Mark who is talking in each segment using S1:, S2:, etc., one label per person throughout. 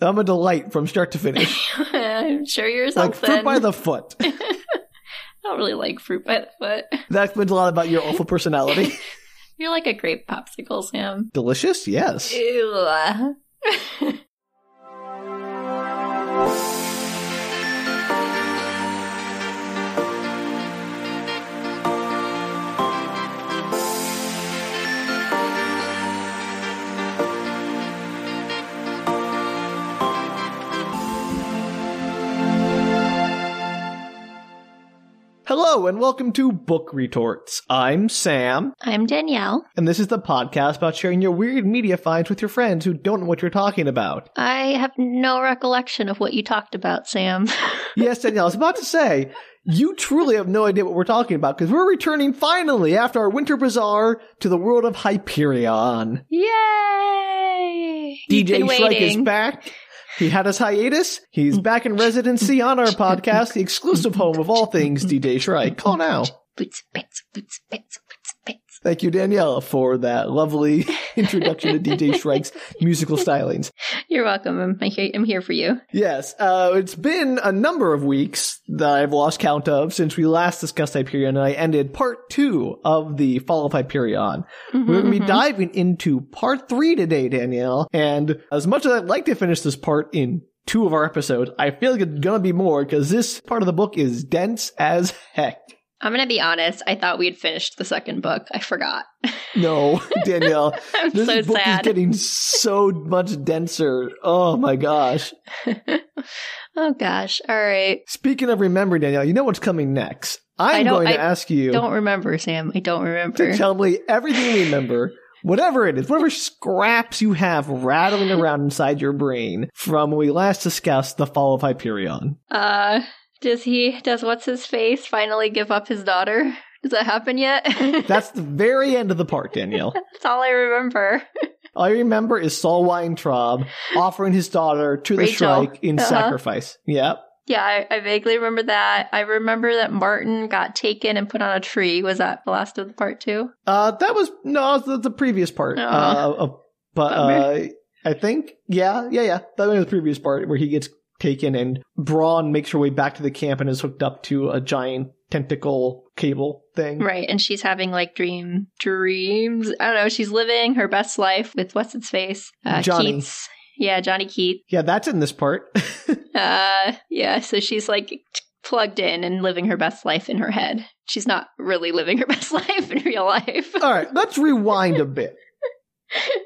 S1: I'm a delight from start to finish.
S2: I'm sure yours
S1: like
S2: like
S1: fruit by the foot.
S2: I don't really like fruit by the foot.
S1: That explains a lot about your awful personality.
S2: You're like a grape popsicle, Sam.
S1: Delicious, yes.
S2: Ew.
S1: Hello and welcome to Book Retorts. I'm Sam,
S2: I'm Danielle.
S1: and this is the podcast about sharing your weird media finds with your friends who don't know what you're talking about.
S2: I have no recollection of what you talked about, Sam.
S1: Yes, Danielle, I was about to say, you truly have no idea what we're talking about because we're returning finally after our winter bazaar to the world of Hyperion.
S2: Yay! You've
S1: DJ
S2: been
S1: Shrike is
S2: waiting.
S1: back. He had his hiatus. He's back in residency on our podcast, the exclusive home of all things DJ Shrike. Call now.
S2: Boots, bits, boots, bits, boots, bits.
S1: Thank you, Danielle, for that lovely introduction to DJ Shrike's musical stylings.
S2: You're welcome. I'm, I'm here, I'm here for you.
S1: Yes, uh, it's been a number of weeks that I've lost count of since we last discussed Hyperion, and I ended part two of the Fall of Hyperion. We're going to
S2: Mm-hmm.
S1: be diving into part three today, Danielle. And as much as I'd like to finish this part in two of our episodes, I feel like it's going to be more because this part of the book is dense as heck.
S2: I'm gonna be honest. I thought we had finished the second book. I forgot.
S1: No, Danielle,
S2: I'm
S1: this
S2: so
S1: book
S2: sad.
S1: is getting so much denser. Oh my gosh.
S2: oh gosh. All right.
S1: Speaking of remembering, Danielle, you know what's coming next.
S2: I
S1: I'm
S2: don't-
S1: going to
S2: I
S1: ask you
S2: Don't remember, Sam. I don't remember.
S1: to tell me everything you remember, whatever it is, whatever scraps you have rattling around inside your brain from when we last discussed the fall of Hyperion.
S2: Uh, does he? Does what's his face finally give up his daughter? Does that happen yet?
S1: That's the very end of the part, Danielle.
S2: That's all I remember.
S1: All I remember is Saul Weintraub offering his daughter to the
S2: Rachel.
S1: Shrike in
S2: Uh-huh.
S1: sacrifice. Yep.
S2: Yeah, I, I vaguely remember that. I remember that Martin got taken and put on a tree. Was that the last of the part two?
S1: Uh, that was no, that was the, the previous part. Uh,
S2: Aw.
S1: of, but uh,
S2: Bummer.
S1: I think yeah, yeah, yeah. That was the previous part where he gets taken and Braun makes her way back to the camp and is hooked up to a giant tentacle cable thing.
S2: Right, and she's having like dream dreams. I don't know. She's living her best life with what's its face, uh,
S1: Johnny.
S2: Keats. Yeah, Johnny Keats.
S1: Yeah, that's in this part.
S2: Uh, yeah, so she's like t- plugged in and living her best life in her head. She's not really living her best life in real life.
S1: All right, let's rewind a bit.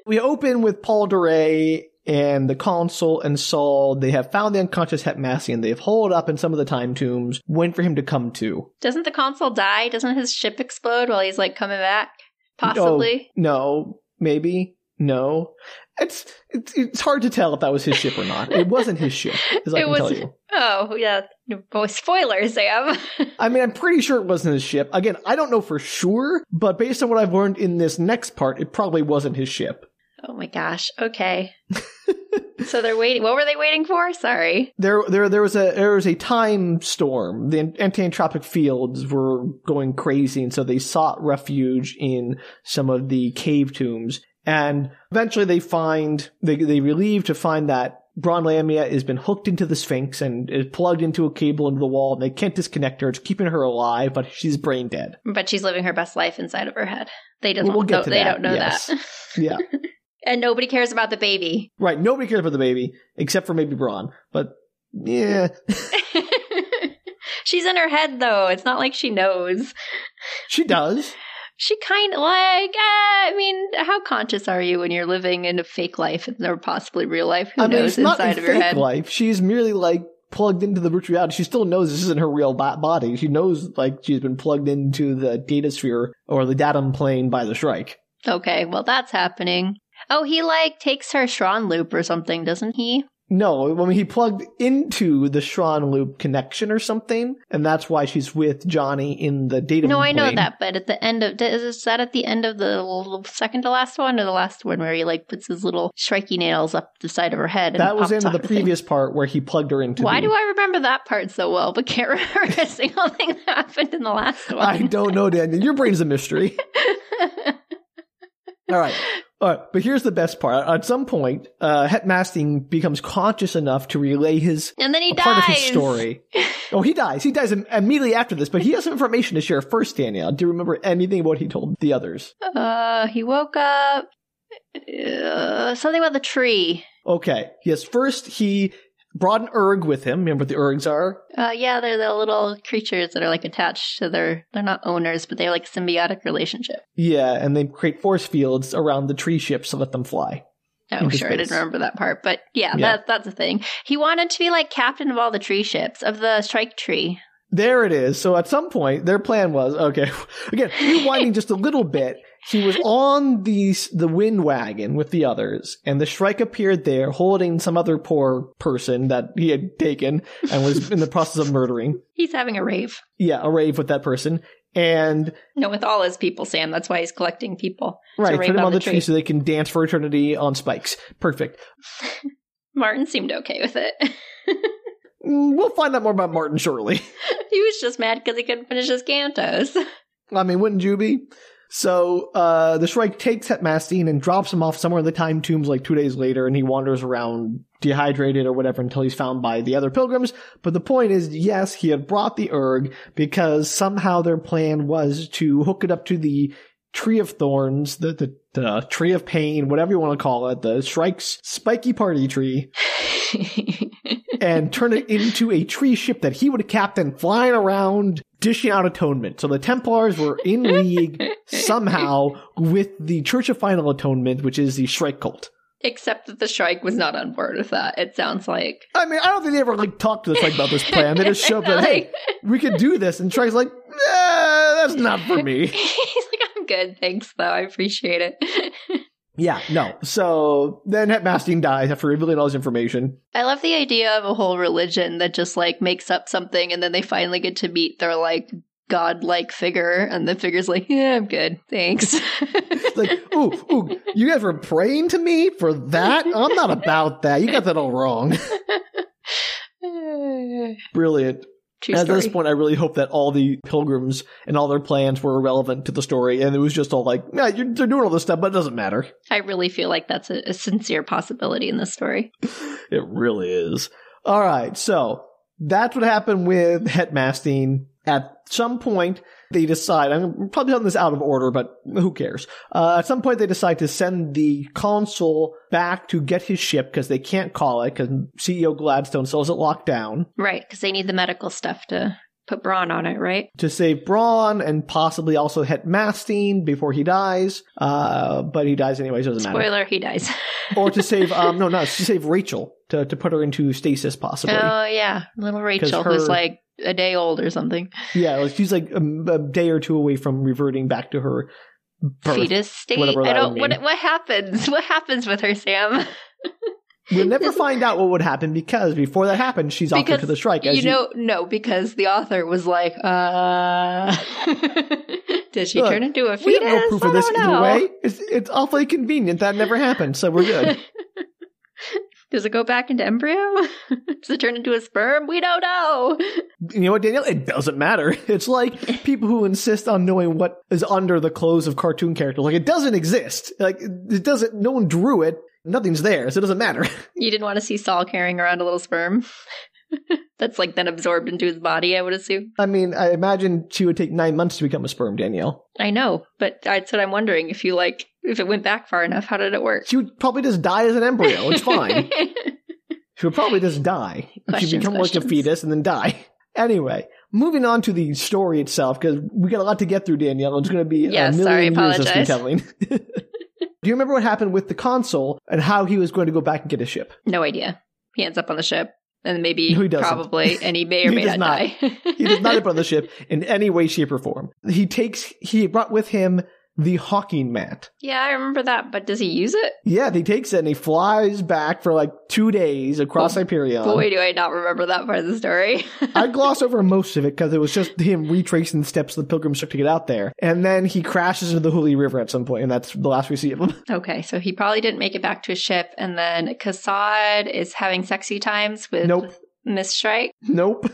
S1: We open with Paul DeRay and the consul and Saul. They have found the unconscious Hetmassian. They've holed up in some of the time tombs, waiting for him to come to.
S2: Doesn't the consul die? Doesn't his ship explode while he's like coming back? Possibly.
S1: No, maybe, no. It's, it's it's hard to tell if that was his ship or not. It wasn't his ship, as I
S2: It
S1: can tell
S2: was-
S1: you.
S2: Oh, yeah. Boy, spoilers, Sam.
S1: I mean, I'm pretty sure it wasn't his ship. Again, I don't know for sure, but based on what I've learned in this next part, it probably wasn't his ship.
S2: oh my gosh. Okay. so they're waiting. What were they waiting for? Sorry.
S1: There, there, there was a there was a time storm. The antientropic fields were going crazy, and so they sought refuge in some of the cave tombs. And eventually, they find they they relieve to find that Bron Lamia has been hooked into the Sphinx and is plugged into a cable into the wall, and they can't disconnect her. It's keeping her alive, but she's brain dead.
S2: But she's living her best life inside of her head. They don't
S1: Well, we'll get
S2: know,
S1: to
S2: they
S1: that,
S2: don't know that.
S1: Yeah,
S2: and nobody cares about the baby.
S1: right. Nobody cares about the baby except for maybe Bron, but yeah,
S2: she's in her head though. It's not like she knows.
S1: she does.
S2: She kind of like, uh, I mean, how conscious are you when you're living in a fake life and or possibly real life? Who
S1: I mean, it's
S2: knows
S1: not in
S2: inside of your
S1: fake
S2: head?
S1: life. She's merely like plugged into the virtual reality. She still knows this isn't her real bo- body. She knows like she's been plugged into the data sphere or the datum plane by the Shrike.
S2: Okay, well, that's happening. Oh, he like takes her Shran loop or something, doesn't he?
S1: No, I mean he plugged into the Shran loop connection or something, and that's why she's with Johnny in the data.
S2: no, I know
S1: plane.
S2: that, but at the end of is- is that at the end of the l- second to last one or the last one where he like puts his little shrikey nails up the side of her head? And
S1: That was in
S2: pops off
S1: the
S2: her thing?
S1: previous part where he plugged her into.
S2: Why
S1: the-
S2: do I remember that part so well, but can't remember a single thing that happened in the last one?
S1: I don't know, Daniel. Your brain's a mystery. All right. All right, but here's the best part. At some point, uh, Hetmasting becomes conscious enough to relay his
S2: And then he
S1: a
S2: dies.
S1: part of his story. Oh, he dies. He dies im- immediately after this, but he has some information to share first, Danielle. Do you remember anything about what he told the others?
S2: Uh, he woke up. Uh, something about the tree.
S1: Okay. Yes, first he brought an erg with him. Remember what the ergs are?
S2: Uh, yeah, they're the little creatures that are like attached to their. They're not owners, but they're like symbiotic relationship.
S1: Yeah, and they create force fields around the tree ships to let them fly.
S2: Oh,
S1: Into
S2: sure, I didn't
S1: space.
S2: remember that part, but yeah,
S1: Yeah.
S2: that that's a thing. He wanted to be like captain of all the tree ships of the strike tree.
S1: There it is. So at some point, their plan was okay. Again, rewinding just a little bit, he was on the the wind wagon with the others, and the Shrike appeared there holding some other poor person that he had taken and was in the process of murdering.
S2: He's having a rave.
S1: Yeah, a rave with that person, and
S2: No, with all his people, Sam. That's why he's collecting people.
S1: right,
S2: rave
S1: put him
S2: on
S1: on the,
S2: the
S1: tree.
S2: tree.
S1: so they can dance for eternity on spikes. Perfect.
S2: Martin seemed okay with it.
S1: Mm, We'll find out more about Martin shortly.
S2: he was just mad because he couldn't finish his cantos.
S1: I mean, wouldn't you be? So uh, the Shrike takes Hetmastine and drops him off somewhere in the Time Tombs like two days later, and he wanders around dehydrated or whatever until he's found by the other pilgrims. But the point is, yes, he had brought the erg because somehow their plan was to hook it up to the Tree of Thorns, the, the, the Tree of Pain, whatever you want to call it, the Shrike's spiky party tree, and turn it into a tree ship that he would captain flying around dishing out atonement. So the Templars were in league somehow with the Church of Final Atonement, which is the Shrike cult.
S2: Except that the Shrike was not on board with that, it sounds like.
S1: I mean, I don't think they ever like talked to the Shrike about this plan. They just showed up that hey,
S2: Like,
S1: we could do this, and Shrike's like, "Nah, that's not for me.
S2: He's like, I'm good, thanks though. I appreciate it.
S1: Yeah, no. So then Hetmastine dies after revealing all his information.
S2: I love the idea of a whole religion that just like makes up something and then they finally get to meet their like godlike figure and the figure's like, Yeah, I'm good. Thanks.
S1: It's like, ooh, ooh, you guys were praying to me for that? I'm not about that. You got that all wrong. Brilliant.
S2: True
S1: At
S2: story.
S1: this point, I really hope that all the pilgrims and all their plans were irrelevant to the story, and it was just all like, yeah, you're, they're doing all this stuff, but it doesn't matter.
S2: I really feel like that's a, a sincere possibility in this story.
S1: It really is. All right, so that's what happened with Hetmastine. At some point, they decide. I'm probably telling this out of order, but who cares? Uh, at some point, they decide to send the consul back to get his ship because they can't call it because CEO Gladstone still has it locked down
S2: Right, because they need the medical stuff to put brawn on it, right?
S1: to save Braun and possibly also Hetmastine before he dies. Uh, but he dies anyways. Doesn't matter.
S2: Spoiler, he dies.
S1: or to save um no not to save Rachel to to put her into stasis possibly.
S2: Oh yeah, little Rachel,
S1: her-
S2: who's like a day old or something,
S1: yeah, like she's like a, a day or two away from reverting back to her birth.
S2: fetus state.
S1: whatever
S2: I
S1: that
S2: don't.
S1: would
S2: What
S1: mean.
S2: what happens? What happens with her, Sam?
S1: We'll never find out what would happen because before that happened, she's off
S2: Because
S1: to the strike.
S2: you know, no, because the author was like, uh, did she
S1: Look,
S2: turn into a fetus?
S1: we have no proof
S2: I
S1: of this
S2: don't
S1: either
S2: know.
S1: way. It's it's awfully convenient that never happened, so we're good.
S2: Does it go back into embryo? Does it turn into a sperm? We don't know.
S1: you know what, Danielle? It doesn't matter. It's like people who insist on knowing what is under the clothes of cartoon characters. Like it doesn't exist. Like it doesn't. No one drew it. Nothing's there, so it doesn't matter.
S2: You didn't want to see Saul carrying around a little sperm. That's like then absorbed into his body, I would assume.
S1: I mean, I imagine she would take nine months to become a sperm, Danielle.
S2: I know, but that's what I'm wondering. If you like, if it went back far enough, how did it work?
S1: She would probably just die as an embryo. It's fine. she would probably just die.
S2: Questions,
S1: She'd become like a
S2: questions.
S1: fetus and then die. Anyway, moving on to the story itself, because we got a lot to get through, Danielle. It's going to be
S2: Yeah,
S1: a million
S2: sorry,
S1: years of
S2: apologize.
S1: storytelling. Do you remember what happened with the console and how he was going to go back and get his ship?
S2: no idea. He ends up on the ship, and maybe
S1: No, he doesn't.
S2: probably, and he may or
S1: He
S2: may
S1: does
S2: not,
S1: not.
S2: die.
S1: He does not abandon the ship in any way, shape, or form. He takes he brought with him the hawking mat.
S2: yeah, I remember that. But does he use it?
S1: Yeah, he takes it and he flies back for like two days across
S2: Oh,
S1: Hyperion.
S2: Boy, do I not remember that part of the story.
S1: I glossed over most of it because it was just him retracing the steps the pilgrims took to get out there. And then he crashes into the Huli River at some point, and that's the last we see of him.
S2: okay, so he probably didn't make it back to his ship, and then Kasad is having sexy times with
S1: nope.
S2: Miss Strike.
S1: Nope.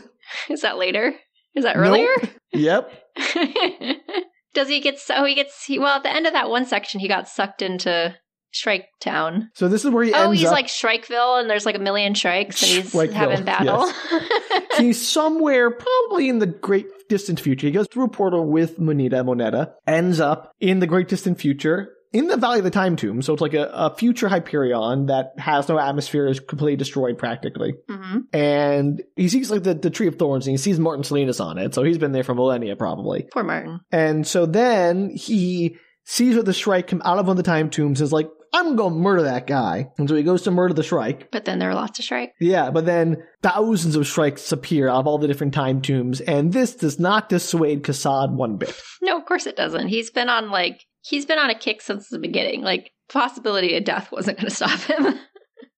S2: Is that later? Is that earlier?
S1: Nope. Yep.
S2: Does he get so he gets he, well at the end of that one section he got sucked into Shrike Town.
S1: So this is where he
S2: Oh,
S1: ends
S2: he's
S1: up.
S2: like Shrikeville, and there's like a million Shrikes, and he's
S1: Shrikeville,
S2: having battle.
S1: he's somewhere probably in the great distant future. He goes through a portal with Moneta, Moneta, ends up in the great distant future in the Valley of the Time Tomb. So it's like a, a future Hyperion that has no atmosphere, is completely destroyed practically.
S2: hmm
S1: And he sees like the, the Tree of Thorns and he sees Martin Salinas on it. So he's been there for millennia probably.
S2: Poor Martin.
S1: And so then he sees what the Shrike come out of one of the time tombs and is like, I'm gonna murder that guy. And so he goes to murder the Shrike.
S2: But then there are lots of Shrike.
S1: Yeah, but then thousands of Shrikes appear out of all the different time tombs, and this does not dissuade Kasad one bit.
S2: No, of course it doesn't. He's been on like he's been on a kick since the beginning. Like possibility of death wasn't going to stop him.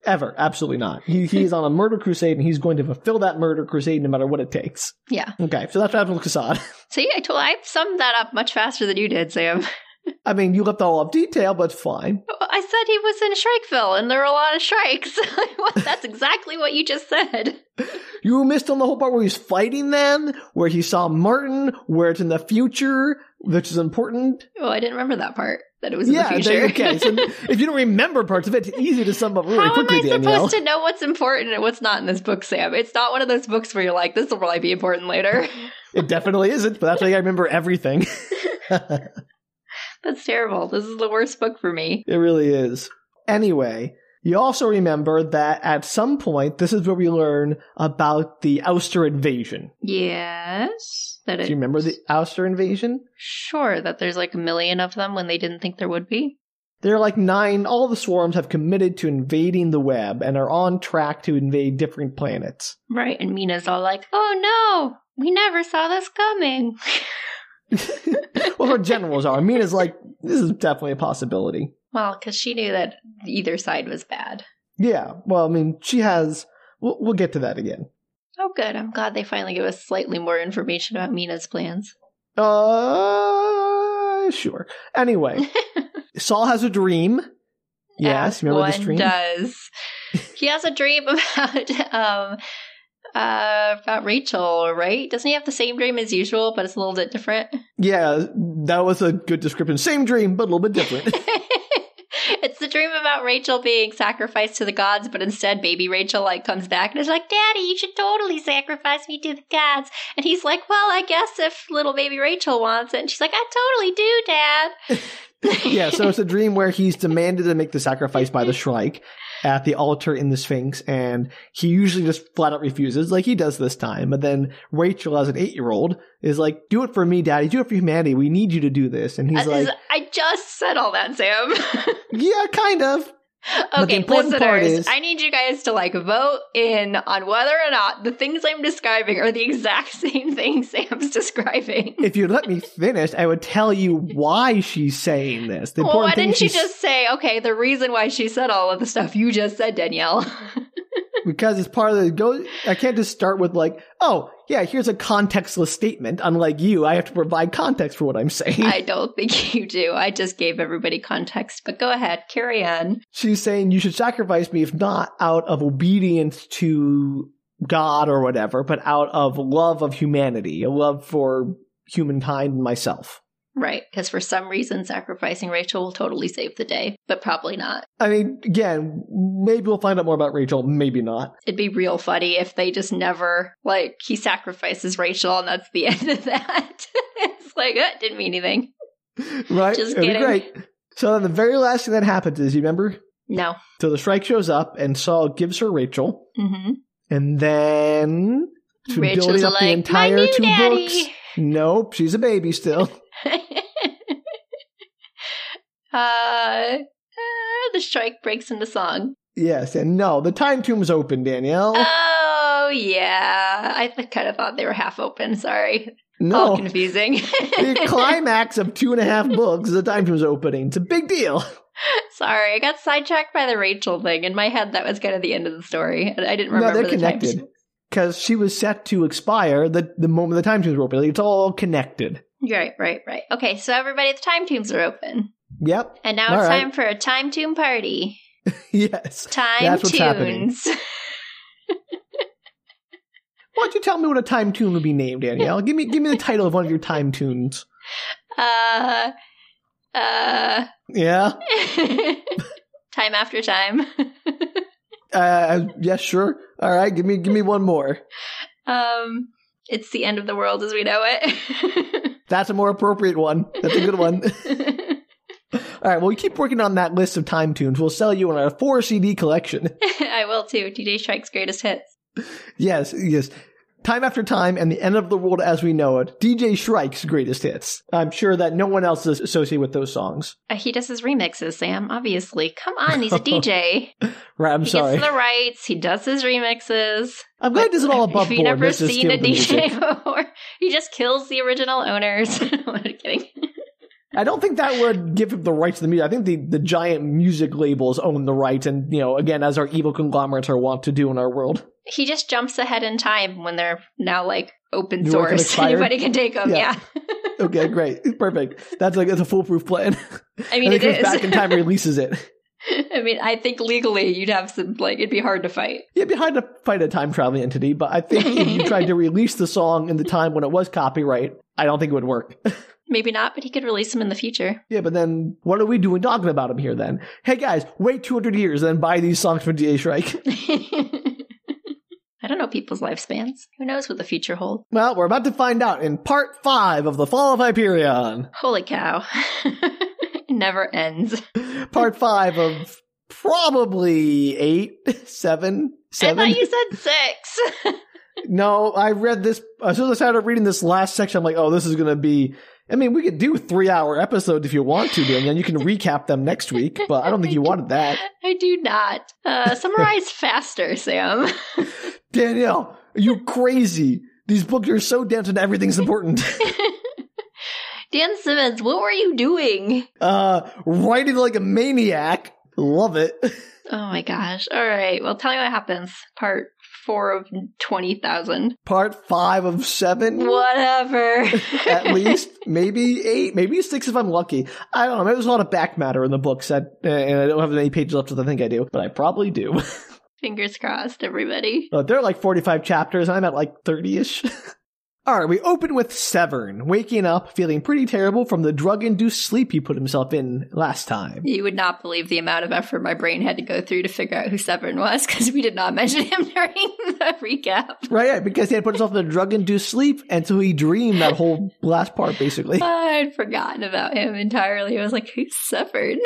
S1: Ever. Absolutely not. He, he's on a murder crusade, and he's going to fulfill that murder crusade no matter what it takes.
S2: yeah.
S1: Okay, so that's what happened with Kasad.
S2: See, I told I summed that up much faster than you did, Sam.
S1: I mean, you left all off detail, but fine.
S2: I said he was in Shrikeville, and there were a lot of Shrikes. That's exactly what you just said.
S1: You missed on the whole part where he's fighting them, where he saw Martin, where it's in the future, which is important.
S2: Oh, I didn't remember that part. That it was
S1: yeah,
S2: in the
S1: there-
S2: future.
S1: okay. So if you don't remember parts of it, it's easy to sum up really
S2: How
S1: quickly,
S2: am I
S1: Danielle.
S2: supposed to know what's important and what's not in this book, Sam? It's not one of those books where you're like, this will probably be important later.
S1: It definitely isn't, but that's why I remember everything. it
S2: That's terrible. This is the worst book for me.
S1: really is. Anyway, you also remember that at some point, this is where we learn about the Ouster invasion.
S2: Yes. That
S1: Do
S2: it,
S1: you remember the Ouster invasion?
S2: Sure, that there's like a million of them when they didn't think there would be.
S1: There are like nine, all the swarms have committed to invading the web and are on track to invade different planets.
S2: Right, and Mina's all like, oh no, we never saw this coming.
S1: well, her generals are. Mina's like, this is definitely a possibility.
S2: Well, because she knew that either side was bad.
S1: Yeah. Well, I mean, she has. We'll, we'll get to that again.
S2: Oh, good. I'm glad they finally give us slightly more information about Mina's plans.
S1: Uh, sure. Anyway, Saul has a dream. Yes,
S2: As
S1: remember
S2: one
S1: this dream?
S2: does. he has a dream about um uh about Rachel, right? Doesn't he have the same dream as usual, but it's a little bit different?
S1: Yeah, that was a good description. Same dream, but a little bit different.
S2: it's the dream about Rachel being sacrificed to the gods, but instead baby Rachel like comes back and is like, Daddy, you should totally sacrifice me to the gods. And he's like, Well, I guess if little baby Rachel wants it. And she's like, I totally do, Dad.
S1: yeah, so it's a dream where he's demanded to make the sacrifice by the Shrike at the altar in the Sphinx, and he usually just flat out refuses, like he does this time. But then Rachel, as an eight year old, is like, Do it for me, Daddy. Do it for humanity. We need you to do this. And he's
S2: Uh, is-
S1: like,
S2: I just said all that, Sam.
S1: Yeah, kind of. the
S2: okay,
S1: important part
S2: listeners,
S1: is-
S2: I need you guys to like vote in on whether or not the things I'm describing are the exact same things Sam's describing.
S1: if you let me finish, I would tell you why she's saying this. The
S2: Well,
S1: important
S2: why
S1: thing
S2: didn't you
S1: is she's-
S2: just say, okay, the reason why she said all of the stuff you just said, Danielle?
S1: because it's part of the go. I can't just start with like, oh yeah, here's a contextless statement. Unlike you, I have to provide context for what I'm saying.
S2: I don't think you do. I just gave everybody context, but go ahead, carry on.
S1: she's saying you should sacrifice me, if not out of obedience to God or whatever, but out of love of humanity, a love for humankind and myself.
S2: Right, because for some reason, sacrificing Rachel will totally save the day, but probably not.
S1: I mean, again, maybe we'll find out more about Rachel, maybe not.
S2: It'd be real funny if they just never, like, he sacrifices Rachel and that's the end of that. it's like, that didn't mean anything.
S1: Right?
S2: Just
S1: It'd be
S2: kidding.
S1: great. So then the very last thing that happens is you remember
S2: No.
S1: So the Shrike shows up, and Saul gives her Rachel,
S2: Mm-hmm.
S1: and then to
S2: Rachel's
S1: building up
S2: like,
S1: the
S2: my
S1: entire
S2: new
S1: two
S2: daddy.
S1: books. Nope, she's a baby still.
S2: uh, uh, the strike breaks into song.
S1: yes, and no, the time tomb's open, Danielle.
S2: Oh yeah, I th- kind of thought they were half open. Sorry,
S1: no,
S2: all confusing.
S1: the climax of two and a half books, the time tomb's opening. It's a big deal.
S2: Sorry, I got sidetracked by the Rachel thing. In my head, that was kind of the end of the story, and I didn't
S1: No,
S2: remember
S1: they're
S2: the time
S1: connected because she was set to expire the the moment the time tombs were open. Like, it's all connected.
S2: Right, right, right. Okay, so everybody, the time tombs are open,
S1: Yep.
S2: and now
S1: All
S2: it's
S1: right.
S2: time for a time tomb party.
S1: Yes.
S2: Time
S1: That's what's happening.
S2: tunes.
S1: Why don't you tell me what a time tune would be named, Danielle? give me give me the title of one of your time tunes.
S2: Uh, uh.
S1: Yeah.
S2: time after time.
S1: Uh, yeah, sure. All right, give me give me one more.
S2: um, it's the end of the world as we know it.
S1: That's a more appropriate one. That's a good one. All right, well, we keep working on that list of time tunes. We'll sell you on our four CD collection.
S2: I will too. DJ Strike's greatest hits.
S1: Yes, yes. Time after time and the end of the world as we know it. DJ Shrike's greatest hits. I'm sure that no one else is associated with those songs.
S2: Uh, he does his remixes, Sam. Obviously, come on, he's a DJ.
S1: Right, I'm
S2: he
S1: sorry.
S2: gets the rights. He does his remixes.
S1: I'm glad this is all above
S2: Have you
S1: board.
S2: never
S1: This is
S2: seen a
S1: still the music.
S2: DJ before? He just kills the original owners. I'm kidding.
S1: I don't think that would give him the rights to the music. I think the, the giant music labels own the rights, and you know, again, as our evil conglomerates are wont to do in our world.
S2: He just jumps ahead in time when they're now like open
S1: New York
S2: source.
S1: expired?
S2: Anybody can take them.
S1: Yeah.
S2: Yeah.
S1: Okay, great, perfect. That's like that's a foolproof plan.
S2: I mean,
S1: and
S2: it
S1: then
S2: is.
S1: comes back in time, and releases it.
S2: I mean, I think legally you'd have some like it'd be hard to fight.
S1: Yeah, behind a fight a time traveling entity, but I think if you tried to release the song in the time when it was copyright, I don't think it would work.
S2: Maybe not, but he could release them in the future.
S1: yeah, but then what are we doing talking about him here then? Hey guys, wait 200 years and then buy these songs from D.A. Shrike.
S2: I don't know people's lifespans. Who knows what the future holds?
S1: Well, we're about to find out in part five of The Fall of Hyperion.
S2: Holy cow. it never ends.
S1: part five of probably eight, seven, seven.
S2: I thought you said six.
S1: no, I read this as soon as I started reading this last section. I'm like, oh, this is gonna be. I mean, we could do three hour episodes if you want to, and then you can recap them next week. But I don't think you wanted that,
S2: I do not. Uh, summarize faster, Sam.
S1: Danielle. Are you crazy? These books are so dense and everything's important.
S2: Dan Simmons, what were you doing?
S1: Uh, writing like a maniac. Love it.
S2: Oh my gosh. All right. Well, tell me what happens. Part four of 20,000.
S1: Part five of seven.
S2: Whatever.
S1: at least maybe eight, maybe six if I'm lucky. I don't know. Maybe there's a lot of back matter in the books, that, and I don't have many pages left that I think I do, but I probably do.
S2: Fingers crossed, everybody.
S1: Uh, they're like 45 chapters. I'm at like 30 ish. All right, we open with Severn waking up feeling pretty terrible from the drug induced sleep he put himself in last time.
S2: You would not believe the amount of effort my brain had to go through to figure out who Severn was because we did not mention him during the recap.
S1: Right, yeah, because he had put himself in a drug induced sleep, and so he dreamed that whole last part basically.
S2: I'd forgotten about him entirely. I was like, who's Severn?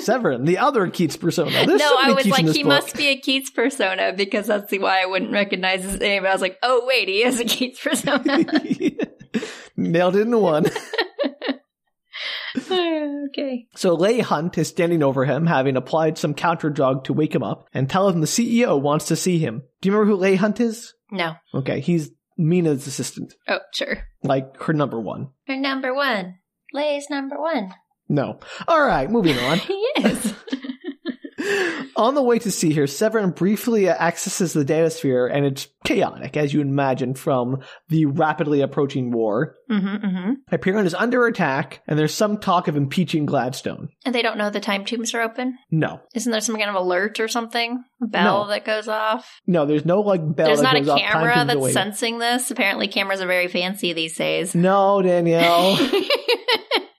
S1: Severn, the other Keats persona. There's
S2: no,
S1: so many
S2: I was
S1: Keats in
S2: like,
S1: this
S2: he
S1: book.
S2: must be a Keats persona because that's the why I wouldn't recognize his name. And I was like, oh wait, he is a Keats persona.
S1: Nailed it in one.
S2: okay.
S1: So Leigh Hunt is standing over him, having applied some counter drug to wake him up, and tell him the CEO wants to see him. Do you remember who Leigh Hunt is?
S2: No.
S1: Okay, he's Mina's assistant,
S2: Oh, sure.
S1: like her number one.
S2: Or number one. Lay's number one.
S1: No. All right, moving on.
S2: He is.
S1: on the way to see her, Severn briefly accesses the data sphere, and it's chaotic, as you imagine, from the rapidly approaching war.
S2: mm-hmm, mm-hmm.
S1: Hyperion is under attack, and there's some talk of impeaching Gladstone.
S2: And they don't know the time tombs are open.
S1: No.
S2: Isn't there some kind of alert or something? A bell
S1: No.
S2: that goes off?
S1: No, there's no like bell.
S2: There's
S1: that
S2: not a
S1: goes off. Time
S2: camera
S1: keeps
S2: that's
S1: away.
S2: sensing this. Apparently, cameras are very fancy these days.
S1: No, Danielle.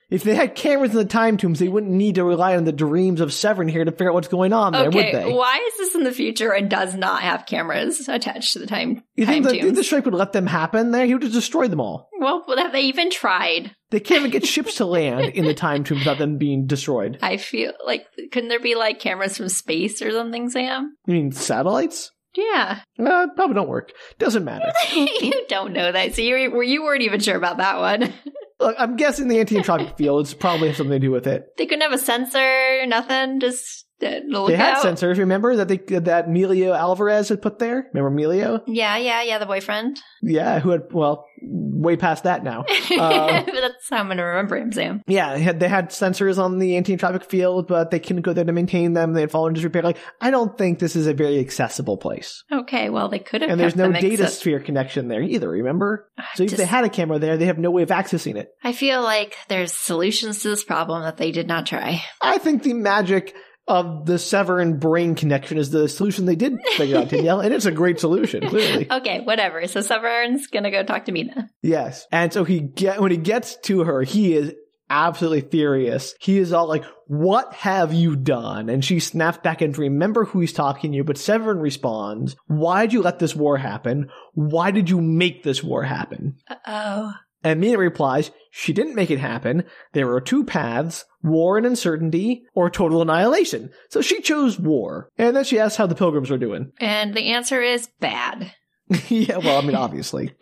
S1: If they had cameras in the time tombs, they wouldn't need to rely on the dreams of Severn here to figure out what's going on there, would
S2: okay,
S1: they?
S2: why is this in the future and does not have cameras attached to the time?
S1: you think
S2: time
S1: that- you think
S2: tombs?
S1: the Shrike would let them happen there? He would have destroyed them all.
S2: Well, have they even tried?
S1: They can't even get ships to land in the time tombs without them being destroyed.
S2: I feel like couldn't there be like cameras from space or something, Sam?
S1: You mean satellites?
S2: Yeah,
S1: Uh, probably don't work. Doesn't matter.
S2: you don't know that, so you were you weren't even sure about that one.
S1: Look, I'm guessing the anti-entropic field is probably has something to do with it.
S2: They couldn't have a sensor, nothing. Just uh, look
S1: they had
S2: out.
S1: sensors, remember that they that Emilio Alvarez had put there. Remember Emilio?
S2: Yeah, yeah, yeah. The boyfriend.
S1: Yeah, who had well, way past that now. Uh,
S2: but that's how I'm gonna remember him, Sam.
S1: Yeah, they had, they had sensors on the anti-entropic field, but they couldn't go there to maintain them. They had fallen into disrepair. Like, I don't think this is a very accessible place.
S2: Okay, well they could have.
S1: And there's
S2: kept
S1: no
S2: them
S1: data
S2: access-
S1: sphere connection there either, remember? So if
S2: just-
S1: they had a camera there, they have no way of accessing it.
S2: I feel like there's solutions to this problem that they did not try.
S1: I think the magic of the Severn brain connection is the solution they did figure out, Danielle, and it's a great solution, clearly.
S2: Okay, whatever. So Severn's gonna go talk to Mina.
S1: Yes. And so he get when he gets to her, he is absolutely furious. He is all like, What have you done? And she snaps back into remember who he's talking to, but Severin responds, Why did you let this war happen? Why did you make this war happen?
S2: Oh.
S1: And Mina replies, She didn't make it happen. There were two paths war and uncertainty, or total annihilation. So she chose war. And then she asks how the pilgrims are doing.
S2: And the answer is bad.
S1: yeah, well, I mean, obviously.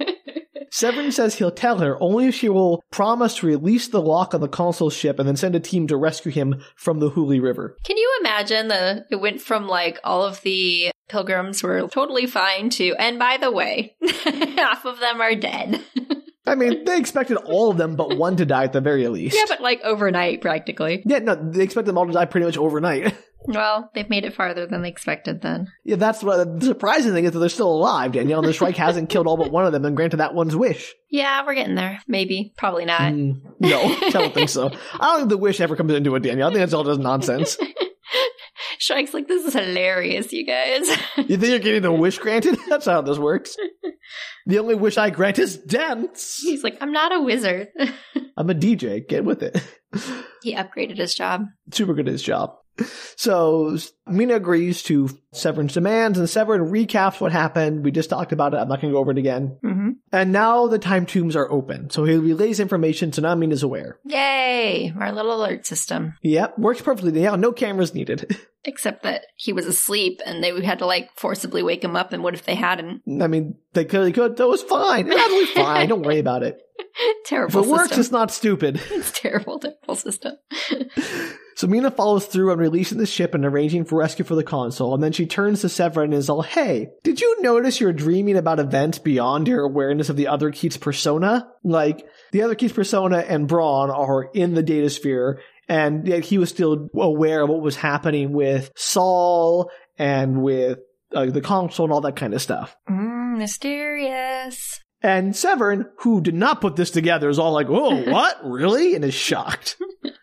S1: Severin says he'll tell her only if she will promise to release the lock on the consul's ship and then send a team to rescue him from the Huli River.
S2: Can you imagine the it went from like all of the pilgrims were totally fine to and by the way, half of them are dead.
S1: I mean, they expected all of them but one to die at the very least.
S2: yeah, but like overnight practically.
S1: Yeah, no, they expect them all to die pretty much overnight.
S2: Well, they've made it farther than they expected then.
S1: yeah, that's what the surprising thing is that they're still alive, Danielle, and the Shrike hasn't killed all but one of them and granted that one's wish.
S2: Yeah, we're getting there. Maybe. Probably not.
S1: Mm, no, I don't think so. I don't think the wish ever comes into it, Danielle. I think that's all just nonsense.
S2: Shrike's like, this is hilarious, you guys.
S1: You think you're getting the wish granted? That's not how this works. The only wish I grant is dance.
S2: He's like, I'm not a wizard.
S1: I'm a DJ. Get with it.
S2: he upgraded his job.
S1: Super good at his job. So Mina agrees to Severin's demands, and Severin recaps what happened. We just talked about it. I'm not going to go over it again.
S2: Mm-hmm.
S1: And now the time tombs are open. So he relays information, so now Mina's aware.
S2: Yay! Our little alert system.
S1: Yep, works perfectly. Yeah, no cameras needed.
S2: Except that he was asleep and they had to like forcibly wake him up. And what if they hadn't?
S1: I mean, they clearly could. That was fine. It was absolutely fine. Don't worry about it. If
S2: terrible
S1: it works,
S2: system.
S1: it's not stupid.
S2: It's terrible, terrible system.
S1: So Mina follows through on releasing the ship and arranging for rescue for the consul, and then she turns to Severin and is all, Hey, did you notice you're dreaming about events beyond your awareness of the other Keats persona? Like, the other Keats persona and Braun are in the data sphere, and yet he was still aware of what was happening with Saul and with uh, the consul and all that kind of stuff.
S2: mm, mysterious.
S1: And Severin, who did not put this together, is all like, Whoa, what? really? And is shocked.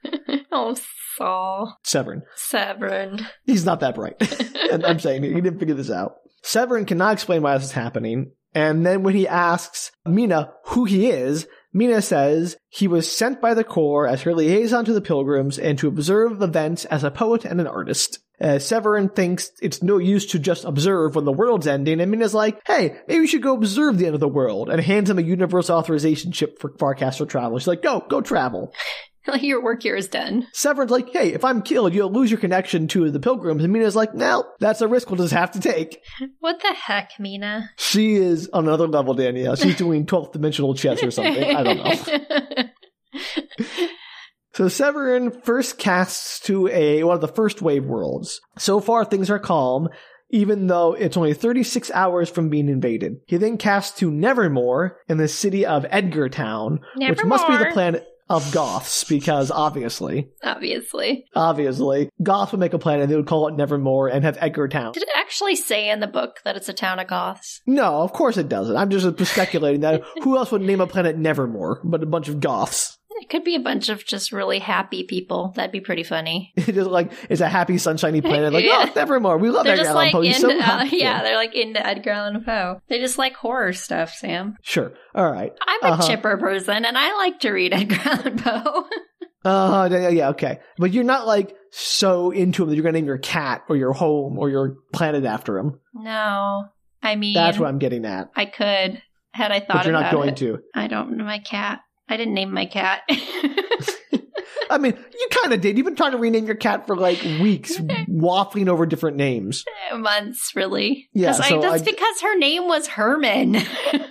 S2: Oh, Saul.
S1: Severin.
S2: Severin.
S1: He's not that bright. and I'm saying he didn't figure this out. Severin cannot explain why this is happening. And then when he asks Mina who he is, Mina says he was sent by the Corps as her liaison to the pilgrims and to observe events as a poet and an artist. Uh, Severin thinks it's no use to just observe when the world's ending, and Mina's like, hey, maybe we should go observe the end of the world, and hands him a universal authorization chip for Farcaster travel. She's like, go, go travel.
S2: Like, Your work here is done.
S1: Severin's like, hey, if I'm killed, you'll lose your connection to the pilgrims. And Mina's like, no, that's a risk we'll just have to take.
S2: What the heck, Mina?
S1: She is on another level, Danielle. She's doing 12th dimensional chess or something. I don't know. So Severin first casts to a one of the first wave worlds. So far, things are calm, even though it's only 36 hours from being invaded. He then casts to Nevermore in the city of Edgartown, which must be the
S2: Nevermore.
S1: planet of Goths, because obviously.
S2: Obviously.
S1: obviously. Goth would make a planet, they would call it Nevermore and have Edgartown.
S2: Did it actually say in the book that it's a town of goths?
S1: No, of course it doesn't. I'm just speculating that who else would name a planet Nevermore but a bunch of Goths?
S2: It could be a bunch of just really happy people. That'd be pretty funny.
S1: It is like it's a happy, sunshiny planet. Like,
S2: Yeah.
S1: oh, Nevermore, we love
S2: They're
S1: Edgar
S2: just
S1: Allan
S2: like
S1: Poe. He's
S2: into
S1: so
S2: uh,
S1: happy.
S2: yeah, they're like into Edgar Allan Poe. They just like horror stuff, Sam.
S1: Sure. All right.
S2: I'm a
S1: Uh-huh.
S2: chipper person, and I like to read Edgar Allan Poe.
S1: Uh, yeah, yeah, okay. But you're not like so into him that you're going to name your cat or your home or your planet after him.
S2: no, I mean,
S1: That's what I'm getting at.
S2: I could had I thought
S1: But you're
S2: about
S1: not going
S2: it.
S1: to.
S2: I don't know my cat. I didn't name my cat.
S1: I mean, you kind of did. You've been trying to rename your cat for like weeks, waffling over different names.
S2: Months, really.
S1: Yeah,
S2: 'Cause I,
S1: so
S2: just
S1: I-
S2: because her name was Herman.